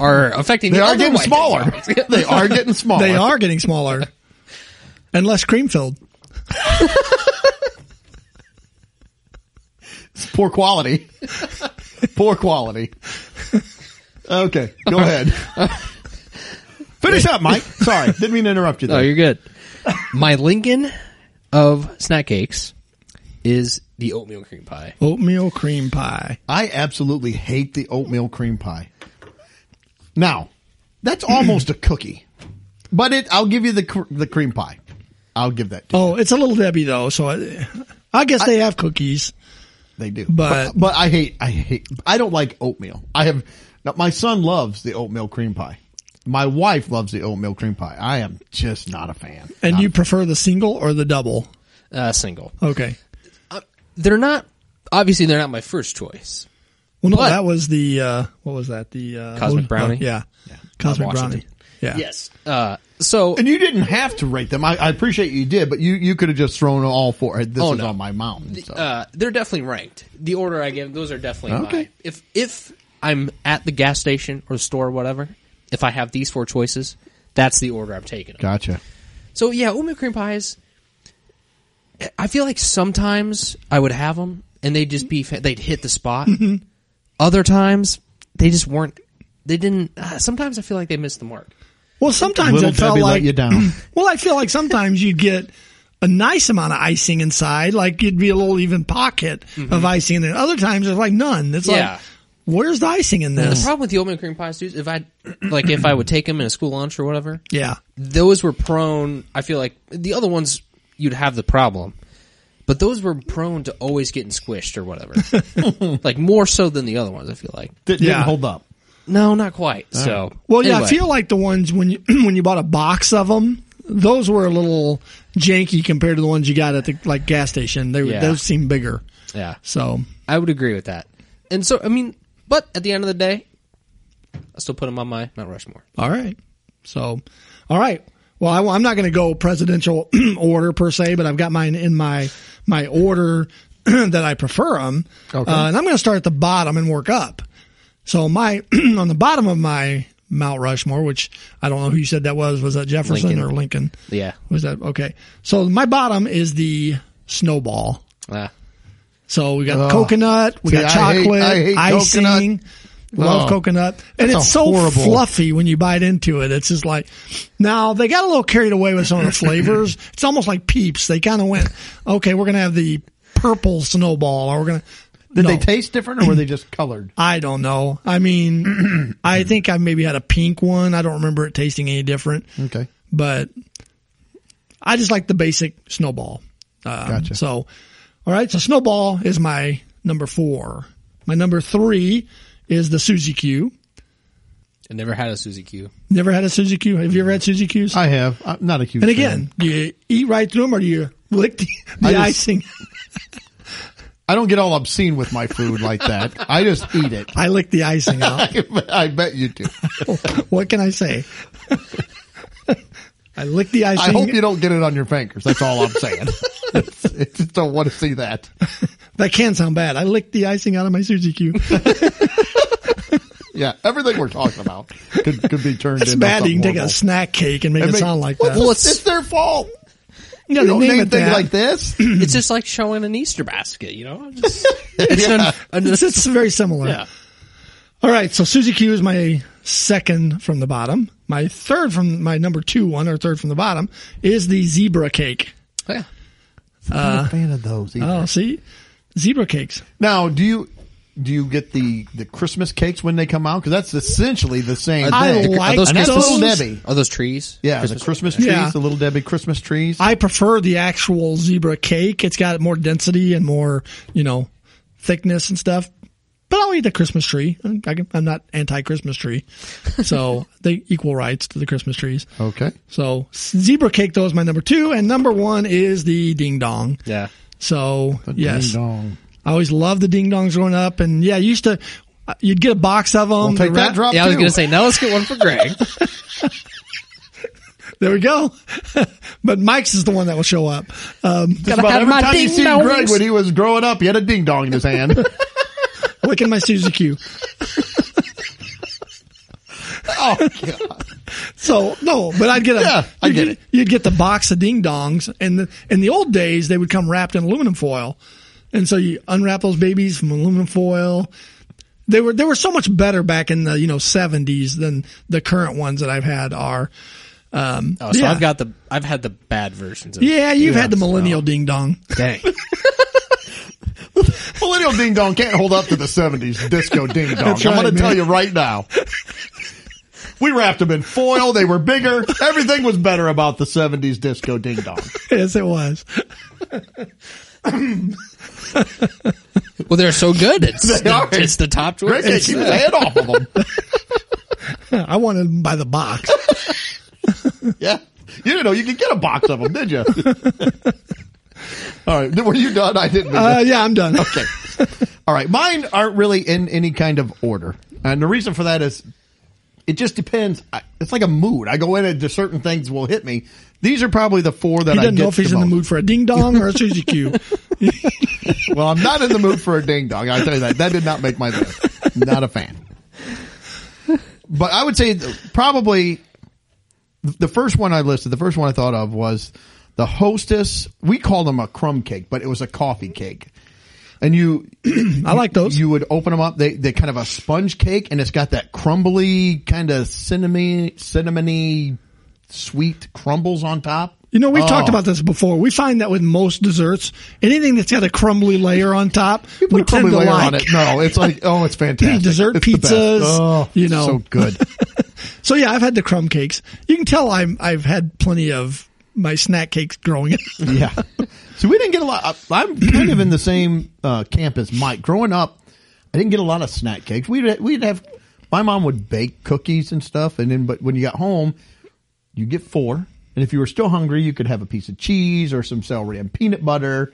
[SPEAKER 3] are affecting.
[SPEAKER 1] They
[SPEAKER 3] the
[SPEAKER 1] are
[SPEAKER 3] other
[SPEAKER 1] getting
[SPEAKER 3] white
[SPEAKER 1] smaller. *laughs*
[SPEAKER 3] ding-dongs.
[SPEAKER 1] they are getting smaller.
[SPEAKER 2] They are getting smaller and less cream filled.
[SPEAKER 1] Poor
[SPEAKER 2] *laughs*
[SPEAKER 1] quality. Poor quality. Okay, go
[SPEAKER 2] *laughs*
[SPEAKER 1] ahead. *laughs* Finish up, Mike. Sorry, didn't mean to interrupt you
[SPEAKER 3] No,
[SPEAKER 1] there.
[SPEAKER 3] Oh, you're good. *laughs* My Lincoln of snack cakes is the oatmeal cream pie.
[SPEAKER 2] Oatmeal cream pie.
[SPEAKER 1] I absolutely hate the oatmeal cream pie. Now, that's almost a cookie, but it. I'll give you the cr- the cream pie. I'll give that. to you.
[SPEAKER 2] Oh, it's a little Debbie though, so I, I guess they have cookies.
[SPEAKER 1] They do,
[SPEAKER 2] But-
[SPEAKER 1] but I hate. I hate. I don't like oatmeal. I have. Now, my son loves the oatmeal cream pie. My wife loves the oatmeal cream pie. I am just not a fan.
[SPEAKER 2] And
[SPEAKER 1] Not
[SPEAKER 2] you prefer the single or the double?
[SPEAKER 3] Uh, single.
[SPEAKER 2] Okay.
[SPEAKER 3] They're not obviously they're not my first choice.
[SPEAKER 2] Well, no,
[SPEAKER 3] But-
[SPEAKER 2] that was the uh, what was that? The uh,
[SPEAKER 3] Cosmic
[SPEAKER 2] oh,
[SPEAKER 3] Brownie?
[SPEAKER 2] yeah. Cosmic
[SPEAKER 3] Uh, Washington.
[SPEAKER 2] brownie. Yeah.
[SPEAKER 3] Yes. Uh, so
[SPEAKER 1] And you didn't have to rate them. I, I appreciate you did, but you, you could have just thrown all four. This
[SPEAKER 3] Oh,
[SPEAKER 1] is
[SPEAKER 3] no.
[SPEAKER 1] on my mountain. So.
[SPEAKER 3] uh, they're definitely ranked. The order I give those are definitely
[SPEAKER 1] Okay.
[SPEAKER 3] mine. If if I'm at the gas station or the store or whatever, if I have these four choices, that's the order I'm taking. 'em.
[SPEAKER 1] gotcha.
[SPEAKER 3] So yeah, oatmeal cream pies. I feel like sometimes I would have them and they'd just be fa- they'd hit the spot.
[SPEAKER 1] Mm-hmm.
[SPEAKER 3] Other times they just weren't. They didn't. Uh, sometimes I feel like they missed the mark.
[SPEAKER 2] Well, sometimes
[SPEAKER 1] Little
[SPEAKER 2] it felt
[SPEAKER 1] Debbie let
[SPEAKER 2] like
[SPEAKER 1] you
[SPEAKER 2] *coughs*
[SPEAKER 1] down.
[SPEAKER 2] well, I feel like sometimes you'd get a nice amount of icing inside, like it'd be a little even pocket of icing, and then other times it's like none. It's
[SPEAKER 3] Mm-hmm. Yeah.
[SPEAKER 2] like, where's the icing in
[SPEAKER 3] The
[SPEAKER 2] this?
[SPEAKER 3] problem with the oatmeal cream pies, dude, if I *clears throat* like if I would take them in a school lunch or whatever,
[SPEAKER 2] yeah,
[SPEAKER 3] those were prone. I feel like the other ones you'd have the problem, but those were prone to always getting squished or
[SPEAKER 2] *laughs*
[SPEAKER 3] whatever. like more so than the other ones. I feel like
[SPEAKER 1] Did,
[SPEAKER 2] Yeah.
[SPEAKER 1] Didn't hold up.
[SPEAKER 3] no, not quite. so
[SPEAKER 2] Well, yeah,
[SPEAKER 3] anyway.
[SPEAKER 2] I feel like the ones when you *clears throat* when you bought a box of them, those were a little janky compared to the ones you got at the like gas station. They were
[SPEAKER 3] Yeah.
[SPEAKER 2] those seemed bigger.
[SPEAKER 3] yeah.
[SPEAKER 2] So
[SPEAKER 3] I would agree with that. And so, I mean, but at the end of the day, I still put them on my Mount Rushmore.
[SPEAKER 2] all right, so all right. Well, I, am not going to go presidential *clears throat* order per se, but I've got mine in my my order *clears throat* that I prefer them,
[SPEAKER 1] Okay.
[SPEAKER 2] uh, and I'm going to start at the bottom and work up. So my *clears throat* on the bottom of my Mount Rushmore, which I don't know who you said that was. Was that Jefferson
[SPEAKER 3] Lincoln.
[SPEAKER 2] or Lincoln?
[SPEAKER 3] Yeah.
[SPEAKER 2] Was that okay? So my bottom is the snowball.
[SPEAKER 3] Ah.
[SPEAKER 2] So we got
[SPEAKER 1] Ugh.
[SPEAKER 2] coconut, we
[SPEAKER 1] Oh. See,
[SPEAKER 2] got
[SPEAKER 1] I hate-
[SPEAKER 2] chocolate,
[SPEAKER 1] I hate
[SPEAKER 2] icing.
[SPEAKER 1] coconut.
[SPEAKER 2] Love
[SPEAKER 1] Ugh.
[SPEAKER 2] coconut, and
[SPEAKER 1] That's
[SPEAKER 2] it's
[SPEAKER 1] a
[SPEAKER 2] so
[SPEAKER 1] horrible-
[SPEAKER 2] fluffy when you bite into it. It's just like now they got a little carried away
[SPEAKER 1] *laughs*
[SPEAKER 2] with some of the flavors. it's almost like Peeps. They kind of went, okay, we're gonna have the purple snowball, or we're gonna.
[SPEAKER 1] Did they
[SPEAKER 2] No.
[SPEAKER 1] taste different or were they
[SPEAKER 2] *clears throat*
[SPEAKER 1] just colored?
[SPEAKER 2] I don't know.
[SPEAKER 1] *clears throat*
[SPEAKER 2] I mean, I think I maybe had a pink one. I don't remember it tasting any different
[SPEAKER 1] Okay.
[SPEAKER 2] but I just like the basic snowball. Um,
[SPEAKER 1] Gotcha.
[SPEAKER 2] So, all right. So snowball is my number four. My number three is the Suzy Q.
[SPEAKER 3] I never had a Suzy
[SPEAKER 2] *clears throat*
[SPEAKER 3] Q.
[SPEAKER 2] Never had a Suzy Q. Have you ever had Suzy Qs?
[SPEAKER 1] I have. I'm not a huge
[SPEAKER 2] and
[SPEAKER 1] fan.
[SPEAKER 2] again, do you eat right through them or do you lick the, the
[SPEAKER 1] I just-
[SPEAKER 2] icing?
[SPEAKER 1] I don't get all obscene with my food like that. I just eat it. *laughs*
[SPEAKER 2] I lick the icing out.
[SPEAKER 1] I, bet you do.
[SPEAKER 2] *laughs* what can
[SPEAKER 1] *laughs*
[SPEAKER 2] I say? I lick the
[SPEAKER 1] I
[SPEAKER 2] icing.
[SPEAKER 1] hope you don't get it on your fingers. That's all I'm saying.
[SPEAKER 2] *laughs*
[SPEAKER 1] I just don't want to see that.
[SPEAKER 2] that can sound bad. I licked the icing out of my
[SPEAKER 1] *laughs*
[SPEAKER 2] Suzy Q.
[SPEAKER 1] Yeah, everything we're talking about could, could be turned
[SPEAKER 2] That's
[SPEAKER 1] into
[SPEAKER 2] bad.
[SPEAKER 1] something
[SPEAKER 2] You can take a
[SPEAKER 1] horrible.
[SPEAKER 2] snack cake and make
[SPEAKER 1] And
[SPEAKER 2] it
[SPEAKER 1] make-
[SPEAKER 2] sound like
[SPEAKER 1] Well,
[SPEAKER 2] that.
[SPEAKER 1] it's, it's their fault. You
[SPEAKER 2] yeah, they
[SPEAKER 1] don't
[SPEAKER 2] name
[SPEAKER 1] name
[SPEAKER 2] it
[SPEAKER 1] things
[SPEAKER 2] that.
[SPEAKER 1] like
[SPEAKER 2] *clears throat*
[SPEAKER 1] this.
[SPEAKER 3] It's just like showing an Easter basket, you
[SPEAKER 2] *laughs*
[SPEAKER 3] know? Just,
[SPEAKER 1] Yeah.
[SPEAKER 2] it's, it's very similar.
[SPEAKER 3] *laughs* yeah.
[SPEAKER 2] All right, so Suzy Q is my second from the bottom. My third from my number two one or third from the bottom is the zebra cake.
[SPEAKER 3] Oh, Yeah.
[SPEAKER 1] I'm not a fan of those. Either.
[SPEAKER 2] Uh, Oh, see, zebra cakes.
[SPEAKER 1] Now, do you do you get the the Christmas cakes when they come out? Because that's essentially the same
[SPEAKER 2] I
[SPEAKER 1] thing.
[SPEAKER 2] like
[SPEAKER 3] are those
[SPEAKER 1] and that's
[SPEAKER 2] those.
[SPEAKER 1] Little Debbie.
[SPEAKER 3] Are those trees?
[SPEAKER 1] Yeah, the Christmas trees,
[SPEAKER 2] Yeah.
[SPEAKER 1] the Little Debbie Christmas trees.
[SPEAKER 2] I prefer the actual zebra cake. It's got more density and more, you know, thickness and stuff. But I'll eat the Christmas tree. I can, I'm not anti Christmas tree, so *laughs* they equal rights to the Christmas trees.
[SPEAKER 1] okay.
[SPEAKER 2] So zebra cake though is my number two, and number one is the ding dong.
[SPEAKER 3] Yeah.
[SPEAKER 2] So yes,
[SPEAKER 1] Ding dong.
[SPEAKER 2] I always loved the ding dongs growing up, and yeah, you used to you'd get a box of them.
[SPEAKER 1] We'll take that drop
[SPEAKER 3] Yeah, I was
[SPEAKER 1] too.
[SPEAKER 3] going to say, now let's get one for Greg.
[SPEAKER 2] There we go. *laughs* but Mike's is the one that will show up. Um,
[SPEAKER 1] Just about
[SPEAKER 3] have
[SPEAKER 1] every
[SPEAKER 3] my
[SPEAKER 1] time you
[SPEAKER 3] ding
[SPEAKER 1] see
[SPEAKER 3] dongs.
[SPEAKER 1] Greg when he was growing up, he had a ding dong in his hand.
[SPEAKER 2] licking my Suzy Q.
[SPEAKER 1] *laughs* oh, God.
[SPEAKER 2] So no, but I'd get a
[SPEAKER 1] Yeah, I
[SPEAKER 2] you'd
[SPEAKER 1] get it.
[SPEAKER 2] You'd get the box of ding dongs, and the, in the old days they would come wrapped in aluminum foil, and so you unwrap those babies from aluminum foil. They were they were so much better back in the you know seventies than the current ones that I've had are. Um,
[SPEAKER 3] Oh, so
[SPEAKER 2] yeah.
[SPEAKER 3] I've got the, I've had the bad versions of
[SPEAKER 2] yeah, you've had the millennial ding dong. *laughs*
[SPEAKER 3] Dang.
[SPEAKER 1] millennial ding dong can't hold up to the seventies disco ding dong.
[SPEAKER 2] That's
[SPEAKER 1] I'm
[SPEAKER 2] right,
[SPEAKER 1] going
[SPEAKER 2] man.
[SPEAKER 1] to tell you right now. We wrapped them in foil. They were bigger. Everything was better about the seventies disco ding dong.
[SPEAKER 2] yes, it was.
[SPEAKER 3] *laughs*
[SPEAKER 2] *laughs*
[SPEAKER 3] Well, they're so good. It's,
[SPEAKER 1] They are.
[SPEAKER 3] it's the top
[SPEAKER 1] Greg can't
[SPEAKER 3] choice.
[SPEAKER 1] keep his hand off of them.
[SPEAKER 2] I wanted them by the box.
[SPEAKER 1] Yeah. You didn't know you could get a box of them, did you? All right. Were you done? I didn't. mean to-
[SPEAKER 2] Uh, yeah, I'm done.
[SPEAKER 1] *laughs* okay. All right. Mine aren't really in any kind of order. And the reason for that is it just depends. I, it's like a mood. I go in and there's certain things will hit me. These are probably the four that
[SPEAKER 2] He
[SPEAKER 1] I
[SPEAKER 2] doesn't
[SPEAKER 1] get
[SPEAKER 2] know if he's
[SPEAKER 1] the
[SPEAKER 2] in the
[SPEAKER 1] most.
[SPEAKER 2] mood for a ding dong or a
[SPEAKER 1] *laughs*
[SPEAKER 2] Suzy Q.
[SPEAKER 1] Well, I'm not in the mood for
[SPEAKER 2] *laughs*
[SPEAKER 1] a ding dong. I tell you that. That did not make my list. Not a fan. But I would say th- probably the first one I listed, the first one I thought of was the hostess. We called them a crumb cake, but it was a coffee cake. And you,
[SPEAKER 2] I like those.
[SPEAKER 1] you would open them up. They they kind of a sponge cake, and it's got that crumbly kind of cinnamon cinnamony sweet crumbles on top.
[SPEAKER 2] You know, we've
[SPEAKER 1] Oh.
[SPEAKER 2] talked about this before. We find that with most desserts, anything that's got a crumbly layer on top,
[SPEAKER 1] You put
[SPEAKER 2] we
[SPEAKER 1] a crumbly
[SPEAKER 2] tend to
[SPEAKER 1] layer
[SPEAKER 2] like.
[SPEAKER 1] on it. No, it's like oh,
[SPEAKER 2] *laughs*
[SPEAKER 1] it's fantastic.
[SPEAKER 2] Dessert
[SPEAKER 1] It's the best.
[SPEAKER 2] pizzas,
[SPEAKER 1] Oh,
[SPEAKER 2] you know.
[SPEAKER 1] so good.
[SPEAKER 2] So yeah, I've had the crumb cakes. You can tell I'm I've had plenty of my snack cakes
[SPEAKER 1] *laughs*
[SPEAKER 2] growing up.
[SPEAKER 1] yeah. So we didn't get a lot. I- I'm kind of in the same uh, camp as Mike. Growing up, I didn't get a lot of snack cakes. We'd we'd have my mom would bake cookies and stuff, and then but when you got home, you get four, and if you were still hungry, you could have a piece of cheese or some celery and peanut butter.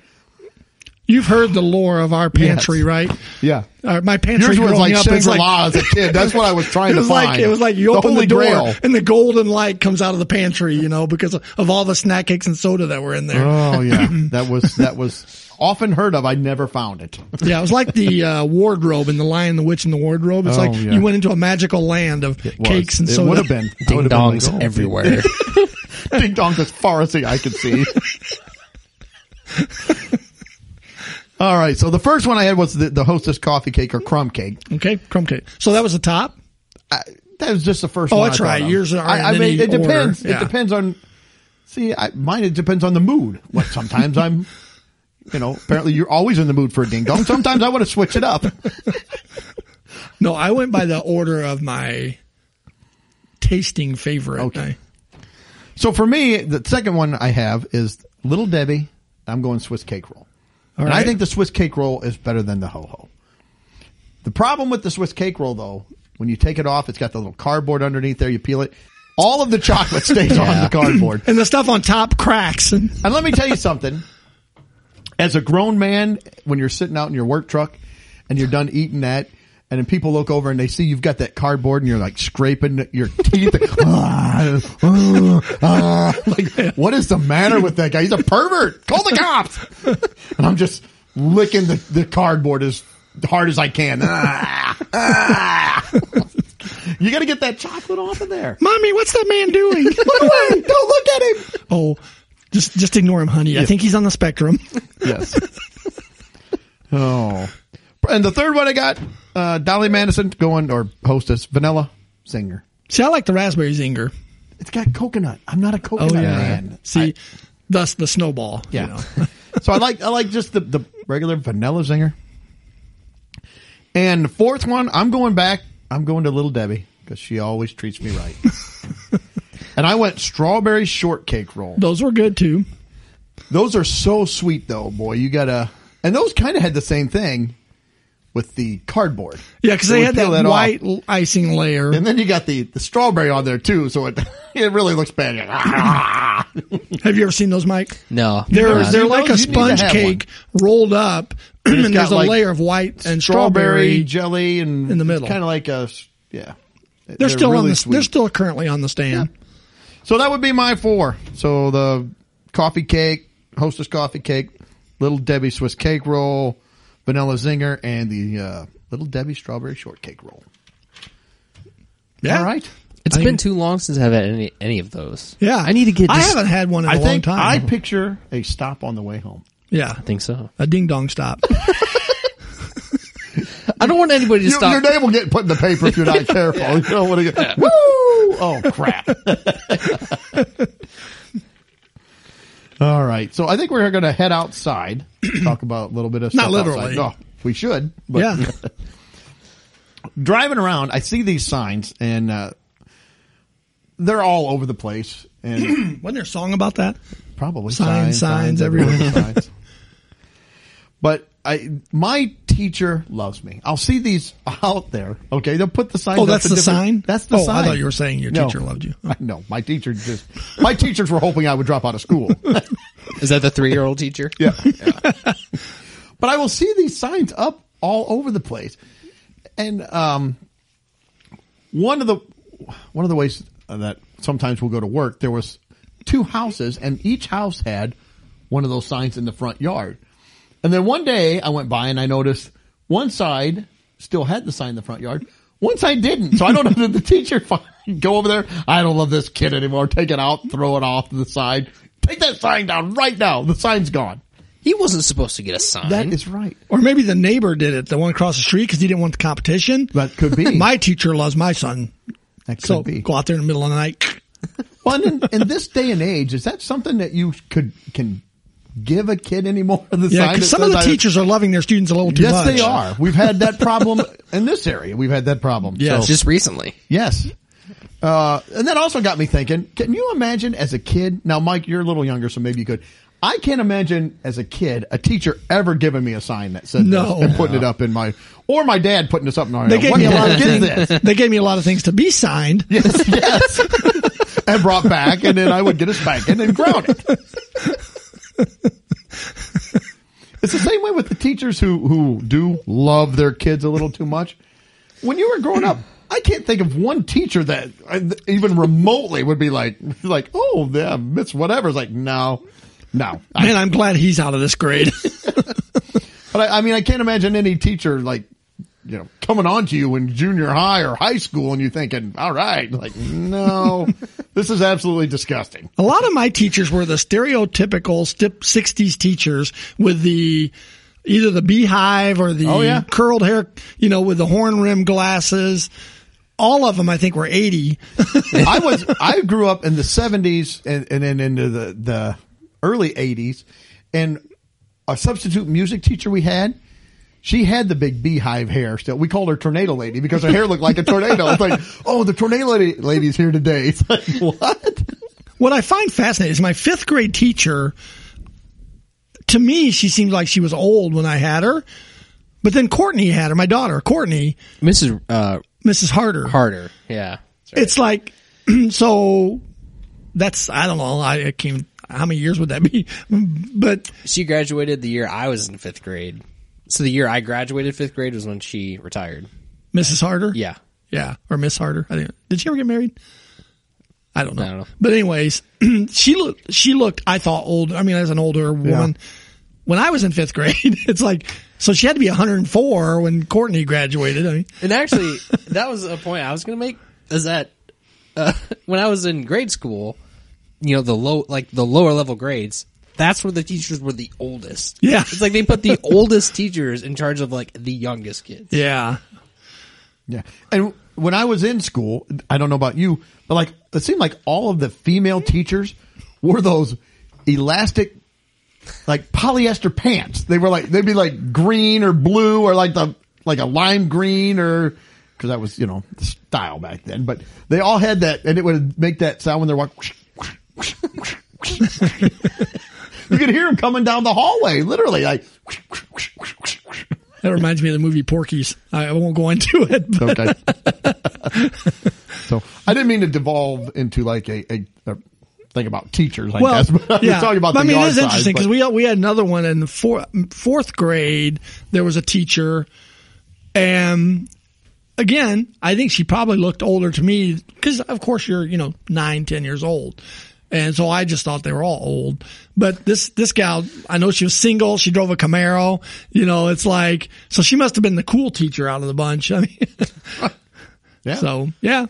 [SPEAKER 2] You've heard the lore of our pantry,
[SPEAKER 1] Yes.
[SPEAKER 2] right?
[SPEAKER 1] Yeah.
[SPEAKER 2] Our, my pantry
[SPEAKER 1] Yours was
[SPEAKER 2] growing
[SPEAKER 1] like
[SPEAKER 2] up is
[SPEAKER 1] Shangri
[SPEAKER 2] like
[SPEAKER 1] La as a kid. That's what I was *laughs* trying
[SPEAKER 2] it was
[SPEAKER 1] to find.
[SPEAKER 2] like it was like you
[SPEAKER 1] the
[SPEAKER 2] open
[SPEAKER 1] Holy
[SPEAKER 2] the
[SPEAKER 1] *laughs*
[SPEAKER 2] door
[SPEAKER 1] Grail.
[SPEAKER 2] and the golden light comes out of the pantry, you know, because of, of all the snack cakes and soda that were in there.
[SPEAKER 1] Oh yeah, *laughs* that was that was often heard of. I never found it.
[SPEAKER 2] Yeah, it was like
[SPEAKER 1] *laughs*
[SPEAKER 2] the uh, wardrobe in The Lion, the Witch, and the Wardrobe. It's
[SPEAKER 1] Oh,
[SPEAKER 2] like
[SPEAKER 1] yeah.
[SPEAKER 2] you went into a magical land of cakes and
[SPEAKER 1] it
[SPEAKER 2] soda.
[SPEAKER 1] would have been I
[SPEAKER 3] Ding
[SPEAKER 1] would've been like,
[SPEAKER 3] dongs
[SPEAKER 1] oh,
[SPEAKER 3] everywhere.
[SPEAKER 1] Ding dongs as far as the eye could see. All right, so the first one I had was the, the hostess coffee cake or crumb cake.
[SPEAKER 2] *laughs* Okay, crumb cake. So that was the top.
[SPEAKER 1] I, that was just the first
[SPEAKER 2] Oh,
[SPEAKER 1] one.
[SPEAKER 2] that's
[SPEAKER 1] I thought
[SPEAKER 2] right.
[SPEAKER 1] of.
[SPEAKER 2] Yours aren't
[SPEAKER 1] I, I
[SPEAKER 2] in
[SPEAKER 1] mean,
[SPEAKER 2] any
[SPEAKER 1] it depends.
[SPEAKER 2] order. Yeah.
[SPEAKER 1] It depends on. See, I, mine. It depends on the mood. What sometimes I'm. You know, apparently you're always in the mood for a ding dong. Sometimes I want to switch it up.
[SPEAKER 2] No, I went by the order of my tasting favorite.
[SPEAKER 1] Okay. So for me, the second one I have is Little Debbie. I'm going Swiss cake roll. and I
[SPEAKER 2] right.
[SPEAKER 1] think the Swiss cake roll is better than the ho ho. The problem with the Swiss cake roll, though, when you take it off, it's got the little cardboard underneath there. You peel it, all of the chocolate stays
[SPEAKER 2] *laughs*
[SPEAKER 1] on the cardboard.
[SPEAKER 2] And the stuff on top cracks. And
[SPEAKER 1] And let me tell you something. As a grown man, when you're sitting out in your work truck and you're done eating that, and then people look over and they see you've got that cardboard and you're like scraping your teeth. *laughs* Ah, ah, ah. like, what is the matter with that guy? He's a pervert. Call the cops. and I'm just licking the, the cardboard as hard as I can. *laughs* Ah, ah. you got to get that chocolate off of there.
[SPEAKER 2] mommy, what's that man doing? *laughs*
[SPEAKER 1] Look away. Don't look at him.
[SPEAKER 2] oh, just just ignore him, honey. I think he's on
[SPEAKER 1] *laughs*
[SPEAKER 2] the spectrum.
[SPEAKER 1] Yes. oh. And the third one I got, uh, Dolly Madison going or hostess vanilla Zinger.
[SPEAKER 2] See, I like the raspberry zinger.
[SPEAKER 1] It's got coconut. I'm not a coconut
[SPEAKER 3] yeah.
[SPEAKER 1] man.
[SPEAKER 2] See, thus the snowball. you
[SPEAKER 1] Oh, Yeah.
[SPEAKER 2] know.
[SPEAKER 1] so I like I like just the, the regular vanilla zinger. And the fourth one, I'm going back. I'm going to Little Debbie because she always treats me *laughs* right. and I went strawberry shortcake roll.
[SPEAKER 2] Those were good too.
[SPEAKER 1] Those are so sweet though, boy. You gotta and those kind of had the same thing with the cardboard.
[SPEAKER 2] Yeah, because
[SPEAKER 1] They
[SPEAKER 2] they
[SPEAKER 1] would
[SPEAKER 2] had
[SPEAKER 1] peel
[SPEAKER 2] that,
[SPEAKER 1] that off.
[SPEAKER 2] white l- icing layer.
[SPEAKER 1] *laughs* And then you got the, the strawberry on there too, so it *laughs* it really looks bad. *laughs* You're like, "Ah."
[SPEAKER 2] Have you ever seen those, Mike?
[SPEAKER 3] No,
[SPEAKER 2] They're
[SPEAKER 1] never
[SPEAKER 2] they're
[SPEAKER 1] seen
[SPEAKER 2] like a
[SPEAKER 1] those. You need to
[SPEAKER 2] sponge
[SPEAKER 1] have
[SPEAKER 2] cake rolled up, *clears throat*
[SPEAKER 1] it's got,
[SPEAKER 2] and there's a
[SPEAKER 1] like,
[SPEAKER 2] layer of white and
[SPEAKER 1] strawberry
[SPEAKER 2] strawberry.
[SPEAKER 1] jelly and
[SPEAKER 2] in the middle.
[SPEAKER 1] Kind of like a s- yeah. They're,
[SPEAKER 2] They're still on
[SPEAKER 1] really
[SPEAKER 2] the.
[SPEAKER 1] sweet.
[SPEAKER 2] They're still currently on the stand.
[SPEAKER 1] So that would be my four. So the coffee cake, Hostess coffee cake, Little Debbie Swiss cake roll, vanilla zinger, and the uh, Little Debbie strawberry shortcake roll.
[SPEAKER 2] Yeah.
[SPEAKER 1] All right.
[SPEAKER 3] it's
[SPEAKER 2] I
[SPEAKER 3] been
[SPEAKER 2] need-
[SPEAKER 3] too long since I've had any any of those.
[SPEAKER 2] Yeah,
[SPEAKER 3] I need to get.
[SPEAKER 2] I
[SPEAKER 3] this-
[SPEAKER 2] haven't had one in a
[SPEAKER 1] I
[SPEAKER 2] long
[SPEAKER 1] think
[SPEAKER 2] time.
[SPEAKER 1] I picture a stop on the way home.
[SPEAKER 2] yeah,
[SPEAKER 3] I think so.
[SPEAKER 2] a ding dong stop.
[SPEAKER 3] I don't want anybody to
[SPEAKER 1] You,
[SPEAKER 3] stop.
[SPEAKER 1] your name will get put in the paper if you're
[SPEAKER 2] *laughs*
[SPEAKER 1] not careful. You don't want to get woo. Oh crap. All right. So I think we're going to head outside. Talk about a little bit of
[SPEAKER 2] Not
[SPEAKER 1] stuff
[SPEAKER 2] literally.
[SPEAKER 1] Outside. No, we should. *laughs* But
[SPEAKER 2] yeah,
[SPEAKER 1] driving around, I see these signs and uh, they're all over the place and
[SPEAKER 2] wasn't there a song about that?
[SPEAKER 1] probably
[SPEAKER 2] Signs, signs everywhere.
[SPEAKER 1] *laughs* signs. But I, my teacher loves me. I'll see these out there. Okay, they'll put the signs.
[SPEAKER 2] Oh,
[SPEAKER 1] up
[SPEAKER 2] that's
[SPEAKER 1] to
[SPEAKER 2] the
[SPEAKER 1] different-
[SPEAKER 2] sign.
[SPEAKER 1] That's the
[SPEAKER 2] oh,
[SPEAKER 1] sign.
[SPEAKER 2] I thought you were saying your
[SPEAKER 1] No.
[SPEAKER 2] teacher loved you.
[SPEAKER 1] *laughs* No, my teacher just. My teachers were hoping I would drop out of school.
[SPEAKER 3] Is that the three year old teacher?
[SPEAKER 1] Yeah. but I will see these signs up all over the place. And um, one of the one of the ways that sometimes we'll go to work, there was two houses and each house had one of those signs in the front yard. And then one day I went by and I noticed one side still had the sign in the front yard. One side didn't. So I don't know. Did the teacher *laughs* fi- go over there? I don't love this kid anymore. Take it out, throw it off to the side. Take that sign down right now. The sign's gone.
[SPEAKER 3] He wasn't supposed to get a sign.
[SPEAKER 1] That is right.
[SPEAKER 2] Or maybe the neighbor did it, the one across the street, because he didn't want the competition.
[SPEAKER 1] That could be.
[SPEAKER 2] my teacher loves my son,
[SPEAKER 1] That could
[SPEAKER 2] so
[SPEAKER 1] be.
[SPEAKER 2] go out there in the middle of the night.
[SPEAKER 1] Well, and in, in this day and age, is that something that you could can give a kid anymore? The
[SPEAKER 2] Yeah,
[SPEAKER 1] sign that
[SPEAKER 2] because some of the
[SPEAKER 1] says I-
[SPEAKER 2] teachers are loving their students a little too
[SPEAKER 1] Yes,
[SPEAKER 2] much.
[SPEAKER 1] they are. We've had that problem in this area. We've had that problem.
[SPEAKER 2] Yes.
[SPEAKER 1] So-
[SPEAKER 3] just recently.
[SPEAKER 1] Yes. Uh, and that also got me thinking, can you imagine as a kid? Now, Mike, you're a little younger, so maybe you could. I can't imagine as a kid a teacher ever giving me a sign that said
[SPEAKER 2] No.
[SPEAKER 1] this and putting it up in my, or my dad putting this up in my,
[SPEAKER 2] They gave
[SPEAKER 1] what
[SPEAKER 2] me a
[SPEAKER 1] the
[SPEAKER 2] lot of
[SPEAKER 1] fuck is this?
[SPEAKER 2] things.
[SPEAKER 1] *laughs*
[SPEAKER 2] They gave me a lot of things to be signed.
[SPEAKER 1] Yes, yes. *laughs* and brought back, and then I would get a spanking and ground it. It's the same way with the teachers who who do love their kids a little too much. When you were growing up, I can't think of one teacher that I- even remotely would be like like, "Oh, yeah, Miss whatever's like, "No. No." I,
[SPEAKER 2] Man, I'm glad he's out of
[SPEAKER 1] *laughs*
[SPEAKER 2] this grade.
[SPEAKER 1] but I, I mean, I can't imagine any teacher like you know coming on to you in junior high or high school and you thinking, "All right, like, no. this is absolutely disgusting."
[SPEAKER 2] a lot of my teachers were the stereotypical stip- 60s teachers with the either the beehive or the
[SPEAKER 1] Oh, yeah.
[SPEAKER 2] curled hair, you know, with the horn rim glasses. All of them, I think, were 80.
[SPEAKER 1] I was I grew up in the seventies and, and then into the, the early eighties and a substitute music teacher we had, she had the big beehive hair still. We called her tornado lady because her hair looked like a tornado. It's like, oh the tornado lady lady's here today. It's like what?
[SPEAKER 2] *laughs* What I find fascinating is my fifth grade teacher. To me, she seemed like she was old when I had her, but then Courtney had her, my daughter Courtney,
[SPEAKER 3] Mrs. Uh,
[SPEAKER 2] Mrs. Harder.
[SPEAKER 3] Harder. Yeah.
[SPEAKER 2] It's like *clears throat* so. That's I don't know. I it came. How many years would that be? *laughs* But
[SPEAKER 3] She graduated the year I was in fifth grade. So the year I graduated fifth grade was when she retired.
[SPEAKER 2] Mrs. Harder.
[SPEAKER 3] Yeah.
[SPEAKER 2] Yeah, or Miss Harder. I didn't. Did she ever get married? I don't know.
[SPEAKER 3] I don't know.
[SPEAKER 2] But anyways, *clears throat* she looked. She looked. I thought old. I mean, as an older woman, when I was in fifth grade, *laughs* it's like so she had to be 104 when Courtney graduated. I mean,
[SPEAKER 3] And
[SPEAKER 2] *laughs*
[SPEAKER 3] actually, that was a point I was going to make is that uh, *laughs* when I was in grade school, you know, the low, like the lower level grades, that's where the teachers were the oldest.
[SPEAKER 2] Yeah.
[SPEAKER 3] It's like they put
[SPEAKER 2] *laughs*
[SPEAKER 3] the oldest teachers in charge of like the youngest kids.
[SPEAKER 2] yeah,
[SPEAKER 1] Yeah. And when I was in school, I don't know about you, but like it seemed like all of the female teachers wore those elastic like polyester pants. They were like they'd be like green or blue or like the like a lime green or because that was you know the style back then. But they all had that, and it would make that sound when they're walking. *laughs* you could hear them coming down the hallway, literally like.
[SPEAKER 2] That reminds me of the movie Porky's. I, I won't go into it. *laughs* But
[SPEAKER 1] Okay. so I didn't mean to devolve into like a, a, a thing about teachers, I guess. *laughs* But I was talking about
[SPEAKER 2] But, I
[SPEAKER 1] the
[SPEAKER 2] mean, it
[SPEAKER 1] yard
[SPEAKER 2] is
[SPEAKER 1] size,
[SPEAKER 2] interesting
[SPEAKER 1] but-
[SPEAKER 2] because we we had another one in the four, fourth grade. There was a teacher, and again, I think she probably looked older to me because, of course, you're you know nine, ten years old, and so I just thought they were all old. But this this gal, I know she was single. She drove a Camaro. You know, it's like so she must have been the cool teacher out of the bunch. *laughs* I mean,
[SPEAKER 1] yeah.
[SPEAKER 2] so yeah.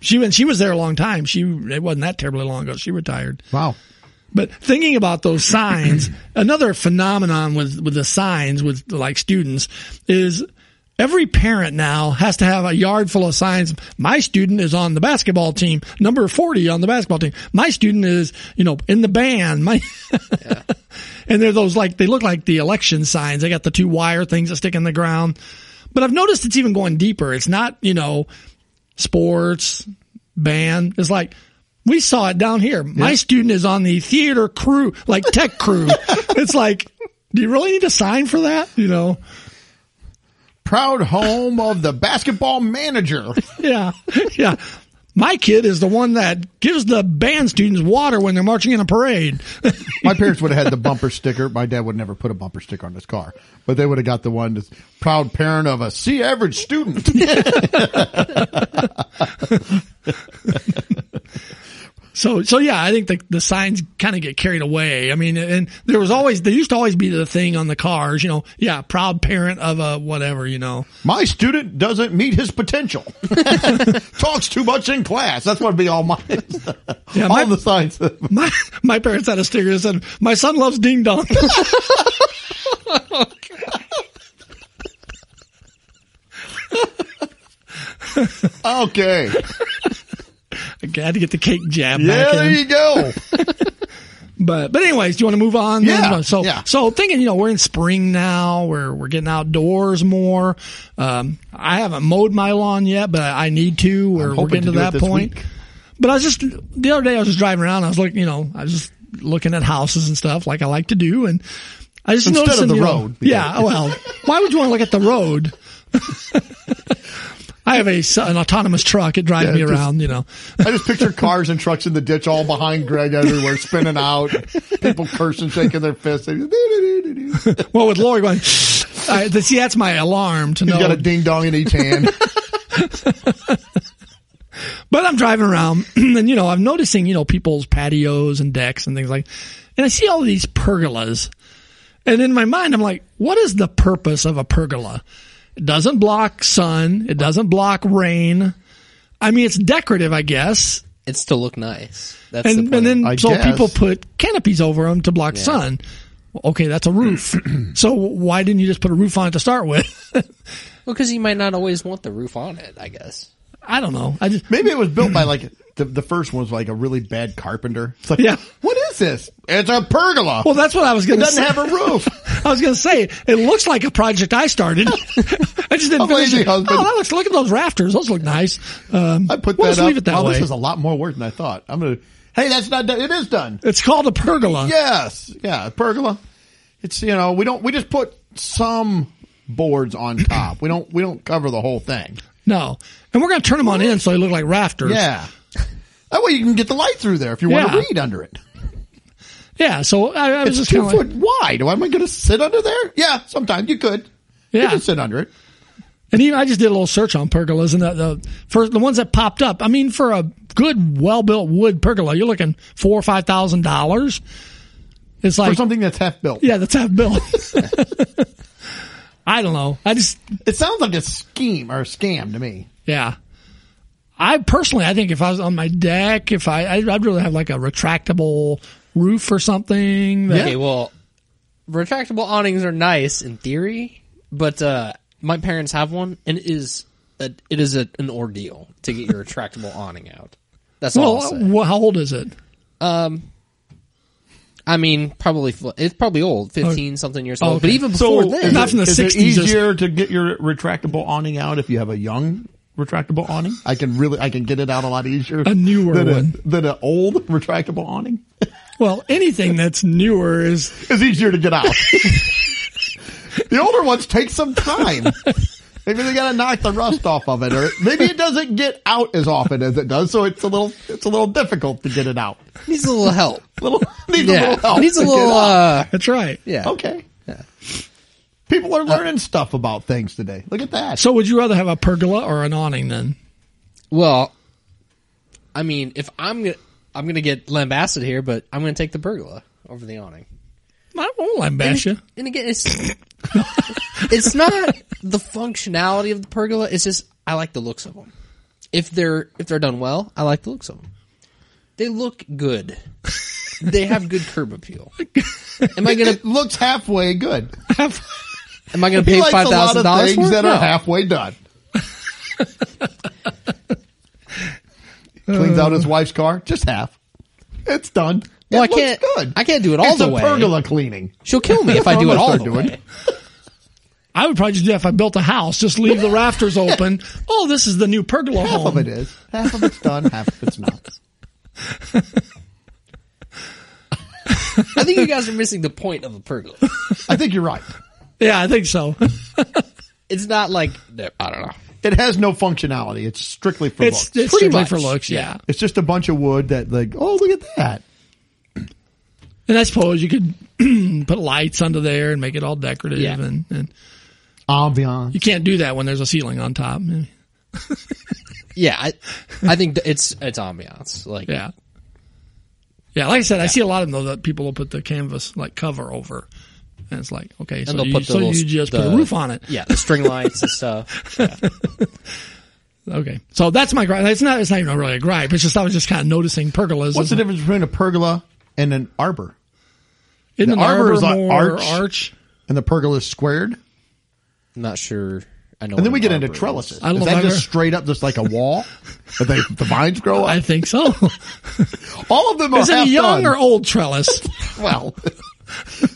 [SPEAKER 2] She went, she was there a long time. She it wasn't that terribly long ago. She retired.
[SPEAKER 1] wow.
[SPEAKER 2] But thinking about those signs, another phenomenon with, with the signs with like students is every parent now has to have a yard full of signs. My student is on the basketball team, number 40 on the basketball team. My student is, you know, in the band. My, *laughs* and they're those like, they look like the election signs. They got the two wire things that stick in the ground. But I've noticed it's even going deeper. It's not, you know, sports, band. It's like we saw it down here. My student is on the theater crew, like tech crew. it's like, do you really need a sign for that? You know?
[SPEAKER 1] Proud home of the basketball
[SPEAKER 2] *laughs*
[SPEAKER 1] manager.
[SPEAKER 2] Yeah, yeah. My kid is the one that gives the band students water when they're marching in a parade. *laughs*
[SPEAKER 1] My parents would have had the bumper sticker. My dad would never put a bumper sticker on his car, but they would have got the one that's proud parent of a C average
[SPEAKER 2] *laughs*
[SPEAKER 1] student.
[SPEAKER 2] So, so yeah, I think the, the signs kind of get carried away. I mean, and there was always, there used to always be the thing on the cars, you know, yeah, proud parent of a whatever, you know. *laughs*
[SPEAKER 1] My student doesn't meet his potential. Talks too much in class. That's what would be all my all
[SPEAKER 2] my-
[SPEAKER 1] the signs.
[SPEAKER 2] My my parents had a sticker that said, "My son loves ding dong." *laughs*
[SPEAKER 1] okay.
[SPEAKER 2] I had to get the cake jab
[SPEAKER 1] Yeah,
[SPEAKER 2] back
[SPEAKER 1] there
[SPEAKER 2] in.
[SPEAKER 1] you
[SPEAKER 2] *laughs*
[SPEAKER 1] go.
[SPEAKER 2] But but anyways, do you want to move on?
[SPEAKER 1] Yeah,
[SPEAKER 2] So
[SPEAKER 1] yeah.
[SPEAKER 2] so thinking, you know, we're in spring now. We're we're getting outdoors more. Um, I haven't mowed my lawn yet, but I need to. We're, we're
[SPEAKER 1] hoping
[SPEAKER 2] getting
[SPEAKER 1] to
[SPEAKER 2] to,
[SPEAKER 1] do it
[SPEAKER 2] that
[SPEAKER 1] this
[SPEAKER 2] point.
[SPEAKER 1] week.
[SPEAKER 2] But I was just the other day. I was just driving around. I was looking, you know, I was just looking at houses and stuff like I like to do, and I just
[SPEAKER 1] Instead
[SPEAKER 2] noticed
[SPEAKER 1] of the
[SPEAKER 2] you know,
[SPEAKER 1] road, because-
[SPEAKER 2] yeah. oh, Well, why would you want to look at the road? *laughs* I have a s- an autonomous truck. It drives
[SPEAKER 1] Yeah,
[SPEAKER 2] me
[SPEAKER 1] just-
[SPEAKER 2] around. You know.
[SPEAKER 1] I just picture cars and trucks in the ditch all behind Greg everywhere, spinning out, people cursing, shaking their fists. He's
[SPEAKER 2] Well, with Lori going, I, see, that's my alarm to know.
[SPEAKER 1] got a ding dong in each hand.
[SPEAKER 2] But I'm driving around *clears throat* and, you know, I'm noticing, you know, people's patios and decks and things like, and I see all these pergolas. And in my mind, I'm like, what is the purpose of a pergola? It doesn't block sun. It doesn't block rain. I mean, it's decorative, I guess.
[SPEAKER 3] It's to look nice. That's the
[SPEAKER 2] And,
[SPEAKER 3] point.
[SPEAKER 2] and then,
[SPEAKER 1] I
[SPEAKER 2] so
[SPEAKER 1] guess.
[SPEAKER 2] people put canopies over them to block sun. Okay, that's
[SPEAKER 1] *clears throat*
[SPEAKER 2] a roof. so why didn't you just put a roof on it to start with? *laughs*
[SPEAKER 3] well, because you might not always want the roof on it. I guess.
[SPEAKER 2] I don't know. I just,
[SPEAKER 1] Maybe it was built by like the, the first one was like a really bad carpenter. It's like,
[SPEAKER 2] Yeah.
[SPEAKER 1] what is this? It's a pergola.
[SPEAKER 2] well, that's what I was
[SPEAKER 1] it
[SPEAKER 2] going to say.
[SPEAKER 1] doesn't have a roof.
[SPEAKER 2] I was going to say, it looks like a project I started. *laughs* I just didn't
[SPEAKER 1] A
[SPEAKER 2] finish
[SPEAKER 1] lazy
[SPEAKER 2] it.
[SPEAKER 1] husband.
[SPEAKER 2] Oh, that looks, look at those rafters. Those look nice. Um,
[SPEAKER 1] I put
[SPEAKER 2] we'll
[SPEAKER 1] that
[SPEAKER 2] just
[SPEAKER 1] up.
[SPEAKER 2] leave it that
[SPEAKER 1] wow,
[SPEAKER 2] way.
[SPEAKER 1] this is a lot more work than I thought. I'm gonna. Hey, that's not done. It is done.
[SPEAKER 2] it's called a pergola.
[SPEAKER 1] Yes, yeah, pergola. It's you know we don't we just put some boards on top. We don't we don't cover the whole thing.
[SPEAKER 2] No. And we're going to turn them on in so they look like rafters.
[SPEAKER 1] Yeah. That way you can get the light through there if you want
[SPEAKER 2] Yeah.
[SPEAKER 1] to read under it.
[SPEAKER 2] Yeah. So I, I was
[SPEAKER 1] It's
[SPEAKER 2] just
[SPEAKER 1] two
[SPEAKER 2] kind of
[SPEAKER 1] foot
[SPEAKER 2] like,
[SPEAKER 1] wide. Am I going to sit under there? Yeah, sometimes you could. You
[SPEAKER 2] Yeah.
[SPEAKER 1] could sit under it.
[SPEAKER 2] and even, I just did a little search on pergolas and the, the first, the ones that popped up. I mean, for a good, well-built wood pergola, you're looking four or $5,000. It's
[SPEAKER 1] Or
[SPEAKER 2] like,
[SPEAKER 1] something that's half built.
[SPEAKER 2] yeah, that's half built. *laughs* I don't know. I just,
[SPEAKER 1] It sounds like a scheme or a scam to me.
[SPEAKER 2] Yeah. I personally, I think if I was on my deck, if I, I'd, I'd really have like a retractable roof or something. that-
[SPEAKER 1] Yeah.
[SPEAKER 3] Okay, well, retractable awnings are nice in theory, but uh, my parents have one, and it is a, it is a, an ordeal to
[SPEAKER 1] *laughs*
[SPEAKER 3] get your retractable awning out. That's all. I'll
[SPEAKER 2] Well,
[SPEAKER 3] say. Um,
[SPEAKER 2] wh- how old is it?
[SPEAKER 1] uh,
[SPEAKER 3] I mean, probably fl- it's probably
[SPEAKER 1] Oh,
[SPEAKER 3] old, fifteen something years old. But
[SPEAKER 2] okay.
[SPEAKER 3] even before
[SPEAKER 1] so
[SPEAKER 3] then,
[SPEAKER 2] not
[SPEAKER 1] is,
[SPEAKER 2] from the
[SPEAKER 1] it, is
[SPEAKER 2] 60s,
[SPEAKER 1] it
[SPEAKER 2] just-
[SPEAKER 1] easier to get your retractable awning out if you have a young retractable awning? I can really, I can get it out a lot easier.
[SPEAKER 2] A newer
[SPEAKER 1] than
[SPEAKER 2] one.
[SPEAKER 1] A, than an old *laughs* retractable awning
[SPEAKER 2] Well, anything that's newer is
[SPEAKER 1] is easier to get out. *laughs* the older ones take some time. Maybe they gotta knock the rust off of it, or maybe it doesn't get out as often as it does, so it's a little, it's a little difficult to get it out.
[SPEAKER 3] needs a
[SPEAKER 1] *laughs*
[SPEAKER 3] little help.
[SPEAKER 1] Little, needs a
[SPEAKER 3] yeah,
[SPEAKER 1] little help.
[SPEAKER 3] needs a
[SPEAKER 1] to get
[SPEAKER 3] little.
[SPEAKER 1] out.
[SPEAKER 3] Uh,
[SPEAKER 2] that's right.
[SPEAKER 3] yeah. Uh,
[SPEAKER 1] Okay. People are learning stuff about things today. Look at that.
[SPEAKER 2] So would you rather have a pergola or an awning then?
[SPEAKER 3] Well, I mean, if I'm gonna, I'm gonna get lambasted here, but I'm gonna take the pergola over the awning.
[SPEAKER 2] I won't lambash you.
[SPEAKER 3] And again, it's *laughs* it's not the functionality of the pergola. It's just I like the looks of them. If they're if they're done well, I like the looks of them. They look good. they have good curb appeal. Am I gonna
[SPEAKER 1] it looks halfway good.
[SPEAKER 3] am I gonna
[SPEAKER 1] He
[SPEAKER 3] pay
[SPEAKER 1] likes
[SPEAKER 3] five
[SPEAKER 1] a lot
[SPEAKER 3] thousand
[SPEAKER 1] of
[SPEAKER 3] dollars for
[SPEAKER 1] things
[SPEAKER 3] it?
[SPEAKER 1] that
[SPEAKER 3] No.
[SPEAKER 1] are halfway done. Cleans out his wife's car, just half. It's done.
[SPEAKER 3] Well,
[SPEAKER 1] it
[SPEAKER 3] I can't.
[SPEAKER 1] Looks good.
[SPEAKER 3] I can't do it all
[SPEAKER 1] it's
[SPEAKER 3] the
[SPEAKER 1] a
[SPEAKER 3] way.
[SPEAKER 1] pergola cleaning.
[SPEAKER 3] She'll kill
[SPEAKER 1] *laughs*
[SPEAKER 3] me if I do it
[SPEAKER 1] Almost
[SPEAKER 3] all
[SPEAKER 1] are
[SPEAKER 3] the
[SPEAKER 1] doing.
[SPEAKER 3] way.
[SPEAKER 2] *laughs* I would probably just do that if I built a house, just leave the rafters open. Oh, this is the new pergola
[SPEAKER 1] Half
[SPEAKER 2] home.
[SPEAKER 1] of it is. Half of it's done. Half of it's not.
[SPEAKER 3] I think you guys are missing the point of a pergola.
[SPEAKER 1] I think you're right.
[SPEAKER 2] Yeah, I think so. *laughs*
[SPEAKER 3] It's not like I don't know.
[SPEAKER 1] It has no functionality. It's strictly for
[SPEAKER 2] It's,
[SPEAKER 1] looks.
[SPEAKER 2] it's
[SPEAKER 3] Pretty
[SPEAKER 2] strictly
[SPEAKER 3] much,
[SPEAKER 2] for looks, yeah.
[SPEAKER 3] yeah.
[SPEAKER 1] It's just a bunch of wood that, like, oh, look at that.
[SPEAKER 2] And I suppose you could *clears throat* put lights under there and make it all decorative
[SPEAKER 3] Yeah.
[SPEAKER 2] and, and
[SPEAKER 1] Ambiance.
[SPEAKER 2] you can't do that when there's a ceiling on top.
[SPEAKER 3] Yeah, I, I think th- it's it's ambiance. Like
[SPEAKER 2] Yeah. Yeah, like I said, I see a lot of them though that people will put the canvas like cover over. And it's like, okay, so,
[SPEAKER 3] they'll
[SPEAKER 2] you,
[SPEAKER 3] put the
[SPEAKER 2] so
[SPEAKER 3] little-
[SPEAKER 2] you just put
[SPEAKER 3] the-
[SPEAKER 2] a roof on it.
[SPEAKER 3] yeah, the string lights and stuff.
[SPEAKER 2] Okay. So that's my gripe. It's not, it's not even really a gripe. It's just, I was just kind of noticing pergolas.
[SPEAKER 1] What's the difference between a pergola and an arbor?
[SPEAKER 2] Isn't
[SPEAKER 1] the
[SPEAKER 2] an
[SPEAKER 1] arbor
[SPEAKER 2] arbor
[SPEAKER 1] is like
[SPEAKER 2] more
[SPEAKER 1] arch?
[SPEAKER 2] arch?
[SPEAKER 1] And the pergola is squared?
[SPEAKER 3] I'm not sure. I know.
[SPEAKER 1] And then
[SPEAKER 3] what
[SPEAKER 1] we get
[SPEAKER 3] an
[SPEAKER 1] into
[SPEAKER 3] arbor is.
[SPEAKER 1] trellises.
[SPEAKER 2] I don't
[SPEAKER 1] Is
[SPEAKER 2] know if
[SPEAKER 1] that
[SPEAKER 2] I've
[SPEAKER 1] just
[SPEAKER 2] ever-
[SPEAKER 1] straight up just like a wall?
[SPEAKER 2] *laughs*
[SPEAKER 1] that they, the vines grow
[SPEAKER 2] I
[SPEAKER 1] up? *laughs*
[SPEAKER 2] think so.
[SPEAKER 1] All of them are
[SPEAKER 2] Is it
[SPEAKER 1] half
[SPEAKER 2] a young
[SPEAKER 1] done.
[SPEAKER 2] or old trellis? *laughs*
[SPEAKER 1] Well,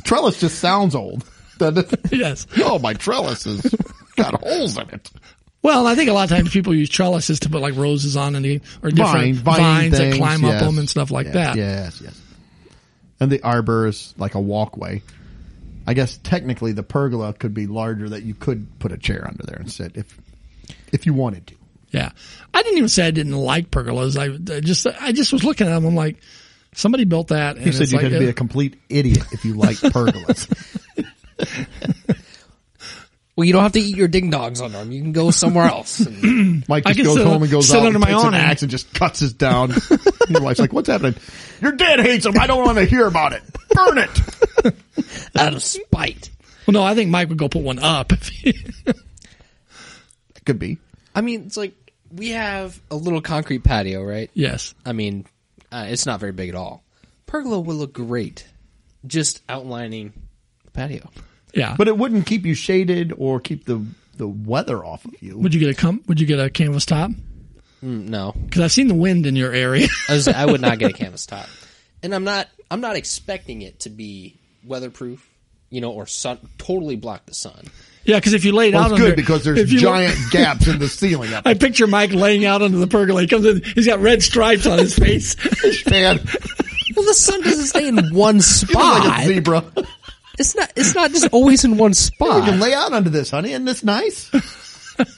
[SPEAKER 1] trellis just sounds old. doesn't it?
[SPEAKER 2] yes.
[SPEAKER 1] oh, my trellis has got holes in it.
[SPEAKER 2] Well, and I think a lot of times people use trellises to put like roses on and or
[SPEAKER 1] Vine,
[SPEAKER 2] different
[SPEAKER 1] vine
[SPEAKER 2] vines
[SPEAKER 1] things,
[SPEAKER 2] that climb
[SPEAKER 1] yes.
[SPEAKER 2] up them and stuff like
[SPEAKER 1] yes,
[SPEAKER 2] that.
[SPEAKER 1] Yes, yes. And the arbor is like a walkway. I guess technically the pergola could be larger that you could put a chair under there and sit if if you wanted to.
[SPEAKER 2] Yeah. I didn't even say I didn't like pergolas. I, I just I just was looking at them. I'm like, somebody built that. And
[SPEAKER 1] You said
[SPEAKER 2] it's
[SPEAKER 1] you
[SPEAKER 2] like, uh,
[SPEAKER 1] had to be a complete idiot if you
[SPEAKER 2] *laughs*
[SPEAKER 1] like pergolas.
[SPEAKER 3] Well, you don't have to eat your ding dongs on them. You can go *laughs* somewhere else. And
[SPEAKER 1] Mike
[SPEAKER 2] I
[SPEAKER 1] just
[SPEAKER 2] can
[SPEAKER 1] goes
[SPEAKER 2] sit-
[SPEAKER 1] home and goes
[SPEAKER 2] sit
[SPEAKER 1] out
[SPEAKER 2] under
[SPEAKER 1] and
[SPEAKER 2] my
[SPEAKER 1] takes an
[SPEAKER 2] awning.
[SPEAKER 1] axe and just cuts us
[SPEAKER 2] *laughs*
[SPEAKER 1] down. Your wife's like, "What's happening? Your dad hates him. I don't want to hear about it. Burn it."
[SPEAKER 3] out of spite.
[SPEAKER 2] well, no, I think Mike would go put one up. *laughs* if he-
[SPEAKER 1] That could be.
[SPEAKER 3] I mean, it's like we have a little concrete patio, right?
[SPEAKER 2] yes.
[SPEAKER 3] I mean, uh, it's not very big at all. Pergola would look great, just outlining the patio.
[SPEAKER 2] Yeah.
[SPEAKER 1] But uh, it wouldn't keep you shaded or keep the the weather off of you.
[SPEAKER 2] would you get a com- Would you get a canvas top?
[SPEAKER 3] Mm, No,
[SPEAKER 2] Because I've seen the wind in your area. *laughs*
[SPEAKER 3] I, was, I would not *laughs* get a canvas top, and I'm not. I'm not expecting it to be weatherproof, you know, or sun totally block the sun.
[SPEAKER 2] yeah, because if you laid
[SPEAKER 1] Well,
[SPEAKER 2] out
[SPEAKER 1] it's
[SPEAKER 2] under,
[SPEAKER 1] good because there's
[SPEAKER 2] if you- *laughs*
[SPEAKER 1] giant gaps in the ceiling up
[SPEAKER 2] I picture Mike laying out under the pergola. He comes in. He's got red stripes on his face. *laughs*
[SPEAKER 1] man.
[SPEAKER 3] Well, the sun doesn't stay *laughs* in
[SPEAKER 1] Like
[SPEAKER 3] one
[SPEAKER 1] a
[SPEAKER 3] spot.
[SPEAKER 1] zebra.
[SPEAKER 3] It's not. It's not just always in one
[SPEAKER 1] We can
[SPEAKER 3] spot.
[SPEAKER 1] lay out under this, honey. Isn't this
[SPEAKER 2] *laughs*
[SPEAKER 1] nice?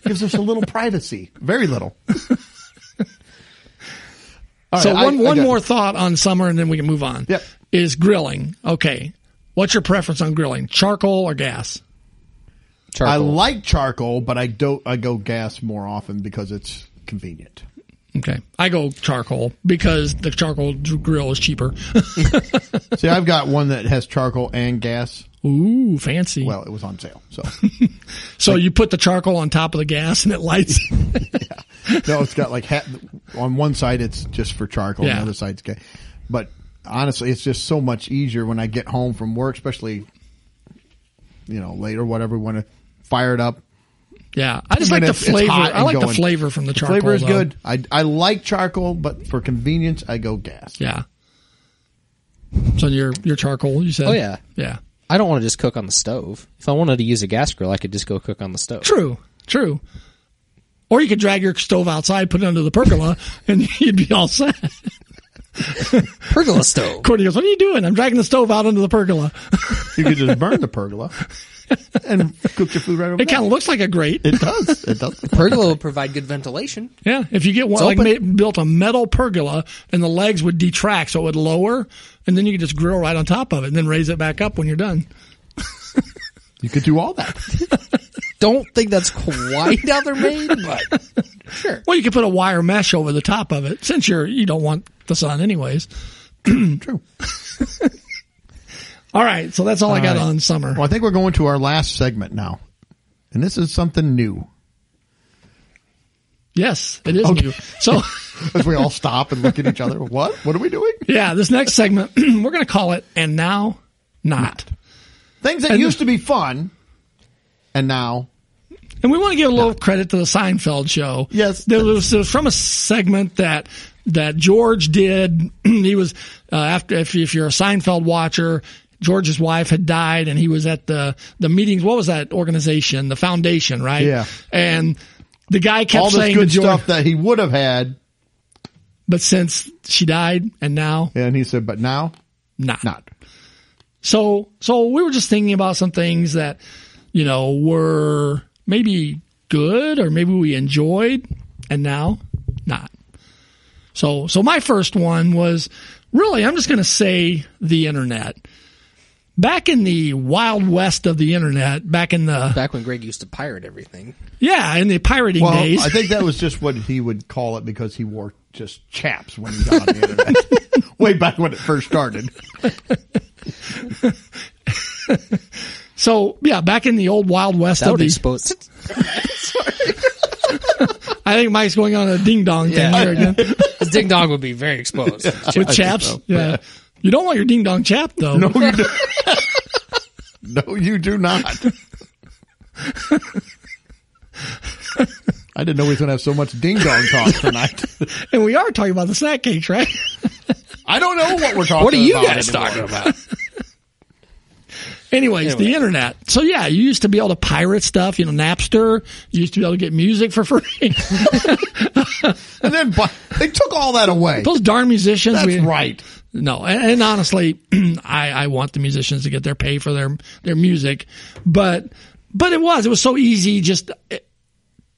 [SPEAKER 1] Gives us a little privacy. Very little. All
[SPEAKER 2] so
[SPEAKER 1] right,
[SPEAKER 2] one
[SPEAKER 1] I- I
[SPEAKER 2] one
[SPEAKER 1] got-
[SPEAKER 2] more thought on summer, and then we can move on.
[SPEAKER 1] Yep.
[SPEAKER 2] Is grilling okay? What's your preference on grilling? Charcoal or gas?
[SPEAKER 1] I
[SPEAKER 3] Charcoal.
[SPEAKER 1] like charcoal, but I don't. I go gas more often because it's convenient.
[SPEAKER 2] Okay, I go charcoal because the charcoal dr- grill is cheaper. *laughs*
[SPEAKER 1] See, I've got one that has charcoal and gas.
[SPEAKER 2] Ooh, fancy!
[SPEAKER 1] Well, it was on sale, so
[SPEAKER 2] so you put the charcoal on top of the gas, and it lights. *laughs*
[SPEAKER 1] no, it's got like hat, on one side it's just for charcoal, on
[SPEAKER 2] Yeah.
[SPEAKER 1] the other side's gas. But honestly, it's just so much easier when I get home from work, especially you know late or whatever. Want to fire it up,
[SPEAKER 2] Yeah, I just
[SPEAKER 1] Even
[SPEAKER 2] like the
[SPEAKER 1] if it's
[SPEAKER 2] flavor.
[SPEAKER 1] hot
[SPEAKER 2] I
[SPEAKER 1] and
[SPEAKER 2] like the
[SPEAKER 1] going.
[SPEAKER 2] flavor from the charcoal.
[SPEAKER 1] Flavor is
[SPEAKER 2] though.
[SPEAKER 1] good. I, I like charcoal, but for convenience, I go gas.
[SPEAKER 2] Yeah. So your your charcoal, you said.
[SPEAKER 3] Oh, yeah.
[SPEAKER 2] Yeah.
[SPEAKER 3] I don't want to just cook on the stove. If I wanted to use a gas grill, I could just go cook on the stove.
[SPEAKER 2] True. True. Or you could drag your stove outside, put it under the pergola, and *laughs* you'd be all set.
[SPEAKER 3] Pergola stove.
[SPEAKER 2] Courtney goes, "What are you doing? I'm dragging the stove out under the pergola.
[SPEAKER 1] You could just burn the pergola and cook your food right over
[SPEAKER 2] It
[SPEAKER 1] there.
[SPEAKER 2] kind of looks like a grate.
[SPEAKER 1] It does. It does.
[SPEAKER 3] *laughs* Pergola would provide good ventilation.
[SPEAKER 2] Yeah, if you get one like made, built a metal pergola, and the legs would detract, so it would lower, and then you could just grill right on top of it, and then raise it back up when you're done.
[SPEAKER 1] You could do all that.
[SPEAKER 3] Don't think that's quite how they're *laughs* made, but
[SPEAKER 2] Well, you could put a wire mesh over the top of it, since you're you don't want the sun anyways.
[SPEAKER 1] *clears throat* True.
[SPEAKER 2] *laughs* All right, so that's all, I got
[SPEAKER 1] right.
[SPEAKER 2] on summer.
[SPEAKER 1] Well, I think we're going to our last segment now. And this is something new.
[SPEAKER 2] Yes, it is new. So, *laughs*
[SPEAKER 1] As we all stop and look at each other. What? What are we doing?
[SPEAKER 2] yeah, this next segment *clears throat* we're going to call it "And Now Not,"
[SPEAKER 1] Things that used to be fun and now
[SPEAKER 2] and we want to give a little credit to the Seinfeld show.
[SPEAKER 1] Yes.
[SPEAKER 2] there was, it was from a segment that that George did. *clears throat* he was uh, after if, if you're a Seinfeld watcher. George's wife had died, and he was at the the meetings. What was that organization? The foundation, right?
[SPEAKER 1] Yeah.
[SPEAKER 2] And the guy kept
[SPEAKER 1] all this
[SPEAKER 2] saying to
[SPEAKER 1] good
[SPEAKER 2] George,
[SPEAKER 1] stuff that he would have had.
[SPEAKER 2] but since she died, and now
[SPEAKER 1] And he said, but now,
[SPEAKER 2] not.
[SPEAKER 1] not.
[SPEAKER 2] So, so we were just thinking about some things that, you know, were maybe good or maybe we enjoyed and now not. So, so my first one was really, I'm just going to say the internet. Back in the wild west of the internet, back in the,
[SPEAKER 3] back when Greg used to pirate everything.
[SPEAKER 2] yeah, in the pirating
[SPEAKER 1] Well,
[SPEAKER 2] days.
[SPEAKER 1] I think that was just what he would call it because he wore just chaps when he got on the *laughs* internet. Way back when it first started.
[SPEAKER 2] so yeah, back in the old wild west
[SPEAKER 3] That
[SPEAKER 2] of
[SPEAKER 3] would *laughs*
[SPEAKER 2] the,
[SPEAKER 3] expose.
[SPEAKER 2] I think Mike's going on a ding dong thing
[SPEAKER 3] Yeah.
[SPEAKER 2] here again.
[SPEAKER 3] Ding dong would be very *laughs* exposed.
[SPEAKER 2] with chaps. Yeah. You don't want your ding dong chap though.
[SPEAKER 1] No, *laughs* you do. no, you do not. I didn't know we was going to have so much ding dong talk tonight.
[SPEAKER 2] And we are talking about the snack cakes, right? *laughs*
[SPEAKER 1] I don't know what we're talking.
[SPEAKER 3] What are you
[SPEAKER 1] about
[SPEAKER 3] guys
[SPEAKER 1] anymore.
[SPEAKER 3] talking about?
[SPEAKER 2] Anyways, the internet. So yeah, you used to be able to pirate stuff, you know, Napster. You used to be able to get music for *laughs* free.
[SPEAKER 1] And then bu- they took all that away.
[SPEAKER 2] Those darn musicians.
[SPEAKER 1] That's
[SPEAKER 2] we-
[SPEAKER 1] right.
[SPEAKER 2] No, and, and honestly, *clears throat* I, I want the musicians to get their pay for their their music, but but it was it was so easy just eh,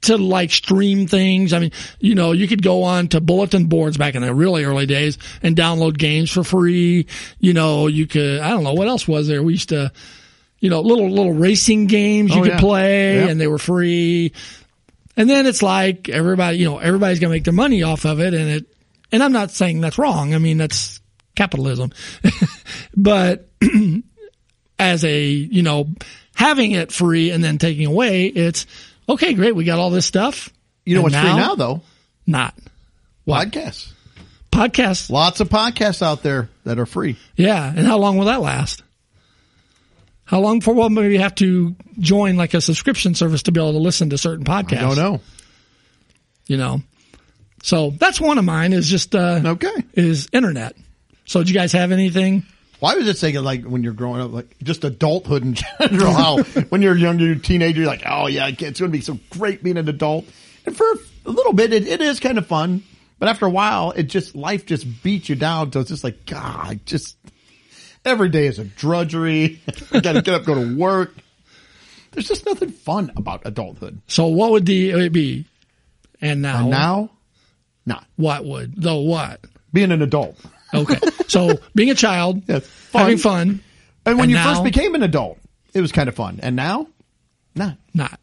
[SPEAKER 2] to like stream things. I mean, you know, you could go on to bulletin boards back in the really early days and download games for free. You know, you could I don't know what else was there. We used to, you know, little little racing games you
[SPEAKER 1] Oh,
[SPEAKER 2] could
[SPEAKER 1] yeah.
[SPEAKER 2] play,
[SPEAKER 1] Yeah.
[SPEAKER 2] and they were free. And then it's like everybody, you know, everybody's going to make their money off of it. And it, and I'm not saying that's wrong. I mean, that's capitalism. *laughs* but as a, you know, having it free and then taking away, it's okay, great. We got all this stuff.
[SPEAKER 1] You know
[SPEAKER 2] And
[SPEAKER 1] what's free now though?
[SPEAKER 2] Not
[SPEAKER 1] Podcasts.
[SPEAKER 2] podcasts.
[SPEAKER 1] Lots of podcasts out there that are free.
[SPEAKER 2] Yeah. And how long will that last? How long for? Well, maybe you have to join like a subscription service to be able to listen to certain podcasts.
[SPEAKER 1] I don't know.
[SPEAKER 2] You know, so that's one of mine is just, uh,
[SPEAKER 1] Okay.
[SPEAKER 2] is internet. So, do you guys have anything?
[SPEAKER 1] Well, I was just thinking, like, when you're growing up, like, just adulthood in *laughs* general, how when you're younger, you're a teenager, you're like, oh, yeah, it's going to be so great being an adult. And for a little bit, it, it is kind of fun. But after a while, it just, life just beats you down. So it's just like, God, just every day is a drudgery. *laughs* I got to get up, go to work. There's just nothing fun about adulthood.
[SPEAKER 2] So, what would the it be? And now,
[SPEAKER 1] And now, not
[SPEAKER 2] what would the what?
[SPEAKER 1] being an adult.
[SPEAKER 2] Okay,
[SPEAKER 1] *laughs*
[SPEAKER 2] so being a child,
[SPEAKER 1] Yes, fun.
[SPEAKER 2] having fun,
[SPEAKER 1] And when
[SPEAKER 2] And
[SPEAKER 1] you
[SPEAKER 2] now-
[SPEAKER 1] first became an adult, it was kind of fun. And now, not.
[SPEAKER 2] not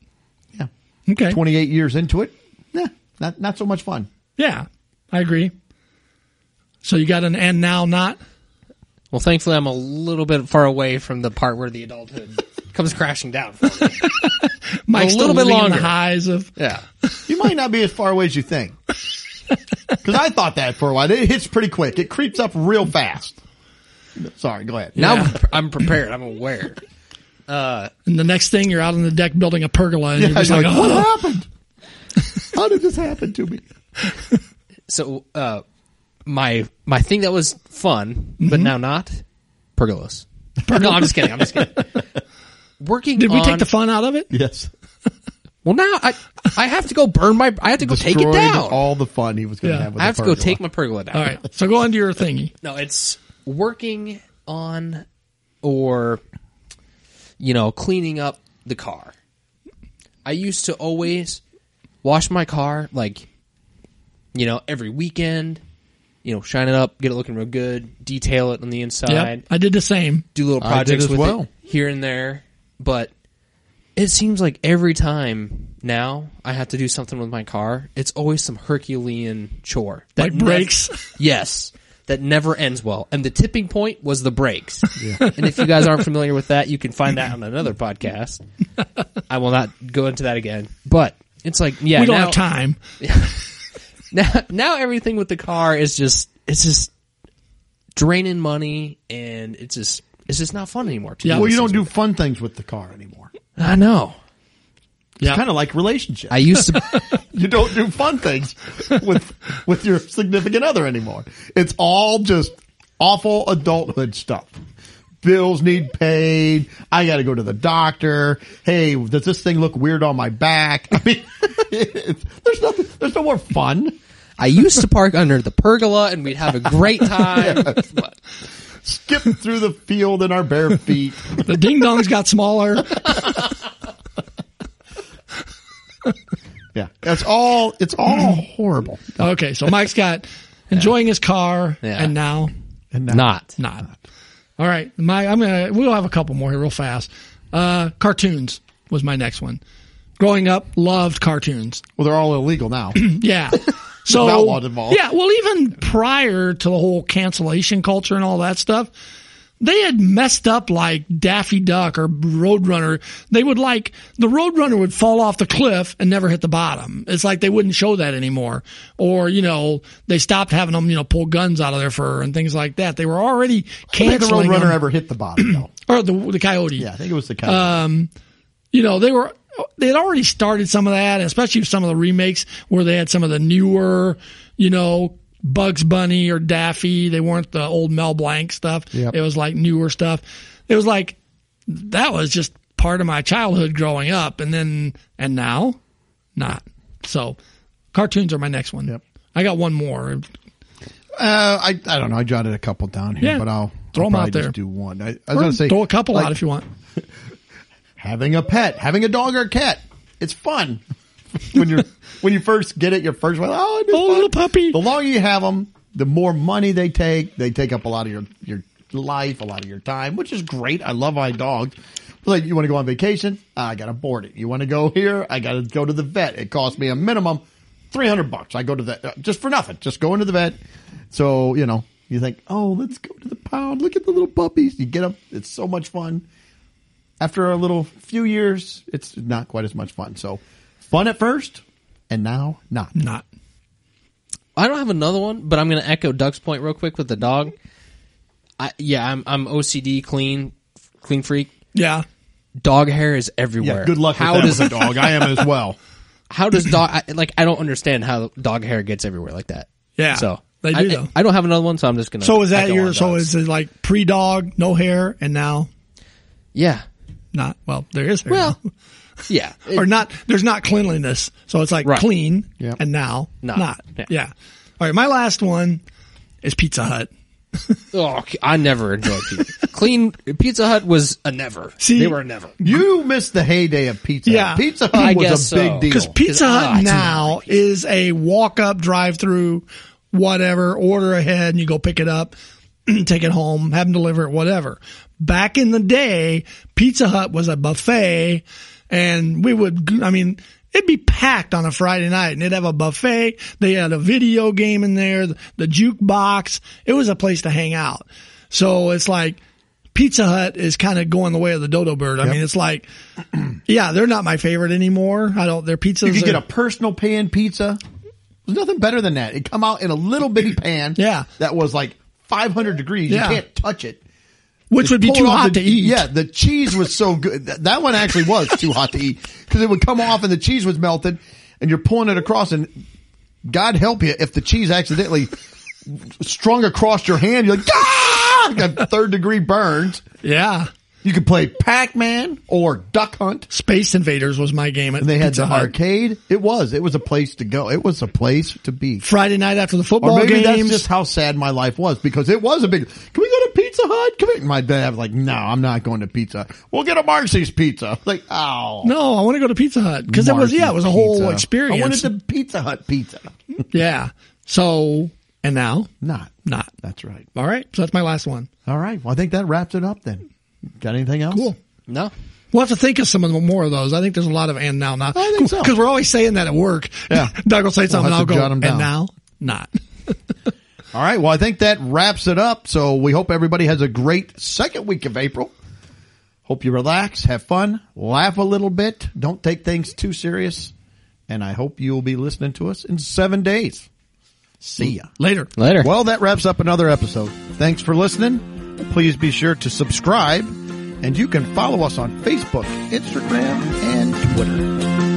[SPEAKER 1] Yeah.
[SPEAKER 2] okay.
[SPEAKER 1] 28 years into it, nah, not not so much fun.
[SPEAKER 2] Yeah, I agree. So you got an and now not.
[SPEAKER 3] *laughs* Well, thankfully, I'm a little bit far away from the part where the adulthood comes crashing down. For me.
[SPEAKER 2] Mike's
[SPEAKER 3] A
[SPEAKER 2] still
[SPEAKER 3] little bit
[SPEAKER 2] living in
[SPEAKER 3] longer.
[SPEAKER 2] The highs of
[SPEAKER 3] Yeah,
[SPEAKER 1] You might not be as far away as you *laughs* think. Because I thought that for a while. It hits pretty quick. It creeps up real fast. Sorry, go ahead.
[SPEAKER 3] now
[SPEAKER 2] Yeah.
[SPEAKER 3] I'm, I'm prepared. I'm aware.
[SPEAKER 2] and the next thing, you're out on the deck building a pergola, and
[SPEAKER 1] Yeah,
[SPEAKER 2] you're just
[SPEAKER 1] you're
[SPEAKER 2] like,
[SPEAKER 1] like,
[SPEAKER 2] "Oh."
[SPEAKER 1] what happened? How did this happen to me?
[SPEAKER 3] So uh, my my thing that was fun, but
[SPEAKER 2] Mm-hmm.
[SPEAKER 3] now not
[SPEAKER 2] *laughs*
[SPEAKER 3] pergolas. No, I'm just kidding. I'm just kidding. Working.
[SPEAKER 2] Did we
[SPEAKER 3] on-
[SPEAKER 2] take the fun out of it?
[SPEAKER 1] Yes.
[SPEAKER 3] Well, now I I have to go burn my. I have to go take it
[SPEAKER 1] Destroyed
[SPEAKER 3] down.
[SPEAKER 1] All the fun he was going to
[SPEAKER 2] Yeah.
[SPEAKER 1] have with
[SPEAKER 3] I have
[SPEAKER 1] the
[SPEAKER 3] to go
[SPEAKER 1] pergola.
[SPEAKER 3] take my pergola down.
[SPEAKER 2] All right. So go on to your thingy.
[SPEAKER 3] No, it's working on or you know, cleaning up the car. I used to always wash my car like you know, every weekend, you know, shine it up, get it looking real good, detail it on the inside,
[SPEAKER 2] Yeah. I did the same.
[SPEAKER 3] do little
[SPEAKER 1] I did
[SPEAKER 3] projects
[SPEAKER 1] as
[SPEAKER 3] with
[SPEAKER 1] well.
[SPEAKER 3] it here and there, but it seems like every time now I have to do something with my car, it's always some Herculean chore. that
[SPEAKER 2] Like
[SPEAKER 3] nev-
[SPEAKER 2] brakes.
[SPEAKER 3] *laughs* Yes. That never ends well. And the tipping point was
[SPEAKER 1] *laughs*
[SPEAKER 3] the brakes. And if you guys aren't familiar with that, you can find that on
[SPEAKER 1] *laughs*
[SPEAKER 3] another podcast. I will not go into that again. But it's like, yeah,
[SPEAKER 2] we don't
[SPEAKER 3] now,
[SPEAKER 2] have time.
[SPEAKER 3] *laughs* now now everything with the car is just it's just draining money and it's just it's just not fun anymore. to
[SPEAKER 2] Yeah.
[SPEAKER 1] Well, you
[SPEAKER 3] those
[SPEAKER 1] don't do
[SPEAKER 3] things
[SPEAKER 1] fun things with the car anymore. It's
[SPEAKER 3] with. I know.
[SPEAKER 2] Yeah.
[SPEAKER 1] kind of like relationships.
[SPEAKER 3] I used to
[SPEAKER 1] you don't do fun things with with your significant other anymore. It's all just awful adulthood stuff. Bills need paid. I got to go to the doctor. Hey, does this thing look weird on my back? *laughs* I mean, it's, there's nothing. There's no more fun.
[SPEAKER 3] I used to park under the pergola and we'd have a great time. But
[SPEAKER 1] Skip through the field in our bare feet.
[SPEAKER 2] The ding dongs got smaller.
[SPEAKER 1] Yeah, that's all. It's all horrible.
[SPEAKER 2] Okay. So
[SPEAKER 3] *laughs*
[SPEAKER 2] Mike's got enjoying his car
[SPEAKER 3] Yeah.
[SPEAKER 2] and now
[SPEAKER 1] And now-
[SPEAKER 3] not.
[SPEAKER 2] *laughs* not. All right. My, I'm going to, we'll have a couple more here real fast. Uh, cartoons was my next one. Growing up, loved cartoons.
[SPEAKER 1] well, they're all illegal now. *laughs*
[SPEAKER 2] Yeah. So
[SPEAKER 1] outlawed them all.
[SPEAKER 2] yeah, well, even prior to the whole cancellation culture and all that stuff, they had messed up like Daffy Duck or Roadrunner. They would like the Roadrunner would fall off the cliff and never hit the bottom. It's like they wouldn't show that anymore, or you know, they stopped having them you know pull guns out of their fur and things like that. They were
[SPEAKER 1] I
[SPEAKER 2] already
[SPEAKER 1] think the
[SPEAKER 2] canceling
[SPEAKER 1] Roadrunner
[SPEAKER 2] them.
[SPEAKER 1] ever hit the bottom though.
[SPEAKER 2] or the the coyote
[SPEAKER 1] Yeah, I think it was the coyote.
[SPEAKER 2] you know, they were they had already started some of that, especially with some of the remakes where they had some of the newer, you know, Bugs Bunny or Daffy. They weren't the old Mel Blanc stuff.
[SPEAKER 1] Yep.
[SPEAKER 2] It was like newer stuff. It was like that was just part of my childhood growing up, and then and now, not. So, cartoons are my next one.
[SPEAKER 1] Yep.
[SPEAKER 2] I got one more.
[SPEAKER 1] Uh, I I don't know. I jotted a couple down here,
[SPEAKER 2] Yeah.
[SPEAKER 1] but I'll
[SPEAKER 2] Throw
[SPEAKER 1] I'll
[SPEAKER 2] 'em out
[SPEAKER 1] probably
[SPEAKER 2] there.
[SPEAKER 1] Just do one. I, I was
[SPEAKER 2] Or
[SPEAKER 1] gonna say
[SPEAKER 2] throw a couple
[SPEAKER 1] like,
[SPEAKER 2] out if you want.
[SPEAKER 1] having a pet, having a dog or a cat. It's fun *laughs* when you're when you first get it. Your first one, oh, it is
[SPEAKER 2] Oh,
[SPEAKER 1] fun."
[SPEAKER 2] little puppy.
[SPEAKER 1] The longer you have them, the more money they take. They take up a lot of your your life, a lot of your time, which is great. I love my dog. Like you want to go on vacation, I gotta board it. You want to go here, I gotta go to the vet. It costs me a minimum three hundred bucks. I go to the uh, just for nothing, just going to the vet. So you know you think, oh, let's go to the pound. Look at the little puppies. You get them. It's so much fun after a little few years, it's not quite as much fun. So fun at first and now not.
[SPEAKER 2] Not.
[SPEAKER 3] I don't have another one, but I'm going to echo Doug's point real quick with the dog. I yeah, I'm I'm OCD clean clean freak.
[SPEAKER 2] Yeah.
[SPEAKER 3] Dog hair is everywhere.
[SPEAKER 1] Yeah, good luck
[SPEAKER 3] How
[SPEAKER 1] with that
[SPEAKER 3] does
[SPEAKER 1] with a dog. I am as well.
[SPEAKER 3] how does dog I, like I don't understand how dog hair gets everywhere like that.
[SPEAKER 2] Yeah,
[SPEAKER 3] So
[SPEAKER 2] they do,
[SPEAKER 3] I,
[SPEAKER 2] though.
[SPEAKER 3] I don't have another one, so I'm just gonna.
[SPEAKER 2] So is that
[SPEAKER 3] echo on
[SPEAKER 2] your? So
[SPEAKER 3] dogs.
[SPEAKER 2] is it like pre dog, no hair, and now
[SPEAKER 3] yeah,
[SPEAKER 2] not? Well, there is hair.
[SPEAKER 3] well,
[SPEAKER 2] now.
[SPEAKER 3] *laughs* yeah, It-
[SPEAKER 2] *laughs* or not there's not cleanliness so it's like
[SPEAKER 3] Right.
[SPEAKER 2] clean
[SPEAKER 1] Yep.
[SPEAKER 2] and now
[SPEAKER 3] Not.
[SPEAKER 2] not,
[SPEAKER 3] Yeah.
[SPEAKER 2] Yeah. all right my last one is pizza hut
[SPEAKER 3] oh, I never enjoyed pizza. clean Pizza Hut was a never.
[SPEAKER 2] See-
[SPEAKER 3] they were a never.
[SPEAKER 1] *laughs* You missed the heyday of Pizza Hut.
[SPEAKER 2] Yeah.
[SPEAKER 1] Pizza Hut
[SPEAKER 3] I guess
[SPEAKER 1] was a
[SPEAKER 3] so.
[SPEAKER 1] big deal.
[SPEAKER 2] because pizza
[SPEAKER 3] Because, ah,
[SPEAKER 2] hut
[SPEAKER 3] it's
[SPEAKER 2] now is a walk up drive through whatever order ahead and you go pick it up *clears throat* take it home have them deliver it whatever back in the day pizza hut was a buffet and we would g- i mean It'd be packed on a Friday night and they'd have a buffet. They had a video game in there, the, the jukebox. It was a place to hang out. So it's like Pizza Hut is kind of going the way of the dodo bird. I mean, it's like, yeah, they're not my favorite anymore. I don't, their pizzas.
[SPEAKER 1] you could get a
[SPEAKER 2] are-
[SPEAKER 1] personal pan pizza. There's nothing better than that. It come out in a little bitty pan.
[SPEAKER 2] Yeah.
[SPEAKER 1] That was like 500 degrees.
[SPEAKER 2] Yeah.
[SPEAKER 1] You can't touch it.
[SPEAKER 2] which would be
[SPEAKER 1] pulled
[SPEAKER 2] too
[SPEAKER 1] off
[SPEAKER 2] hot
[SPEAKER 1] the-
[SPEAKER 2] to eat.
[SPEAKER 1] Yeah, the cheese was so good. Th- That one actually was too hot to eat because it would come off and the cheese was melted, and you're pulling it across, and God help you if the cheese accidentally strung across your hand. You're like, ah, got third degree burns.
[SPEAKER 2] yeah.
[SPEAKER 1] You could play Pac Man or Duck Hunt.
[SPEAKER 2] Space Invaders was my game. At
[SPEAKER 1] And they had
[SPEAKER 2] Pizza
[SPEAKER 1] the
[SPEAKER 2] Hut.
[SPEAKER 1] arcade. It was. It was a place to go. It was a place to be.
[SPEAKER 2] Friday night after the
[SPEAKER 1] Or
[SPEAKER 2] football
[SPEAKER 1] maybe
[SPEAKER 2] games.
[SPEAKER 1] that's just how sad my life was because it was a big. Can we go to Pizza Hut? Can we? My dad was like, "No, I'm not going to Pizza. Hut. We'll get a Marcy's pizza." *laughs* Like, oh,
[SPEAKER 2] no, I want to go to Pizza Hut because it was yeah, it was a whole experience.
[SPEAKER 1] I wanted the Pizza Hut pizza.
[SPEAKER 2] yeah. So and now
[SPEAKER 1] Not.
[SPEAKER 2] not.
[SPEAKER 1] That's right.
[SPEAKER 2] All right. So that's my last one.
[SPEAKER 1] All right. Well, I think that wraps it up. Then, got anything else?
[SPEAKER 2] Cool.
[SPEAKER 3] No.
[SPEAKER 2] We'll have to think of some of the more of those. I think there's a lot of and now not.
[SPEAKER 1] I think so.
[SPEAKER 2] Because we're always saying that at work.
[SPEAKER 1] Yeah.
[SPEAKER 2] *laughs* Doug will say something,
[SPEAKER 1] have
[SPEAKER 2] I'll
[SPEAKER 1] to
[SPEAKER 2] go,
[SPEAKER 1] jot 'em down.
[SPEAKER 2] and now not.
[SPEAKER 1] All right. Well, I think that wraps it up. So we hope everybody has a great second week of April. Hope you relax, have fun, laugh a little bit. Don't take things too serious. And I hope you'll be listening to us in seven days. See ya.
[SPEAKER 2] Later.
[SPEAKER 3] Later.
[SPEAKER 1] Well, that wraps up another episode. Thanks for listening. Please be sure to subscribe and you can follow us on Facebook, Instagram, and Twitter.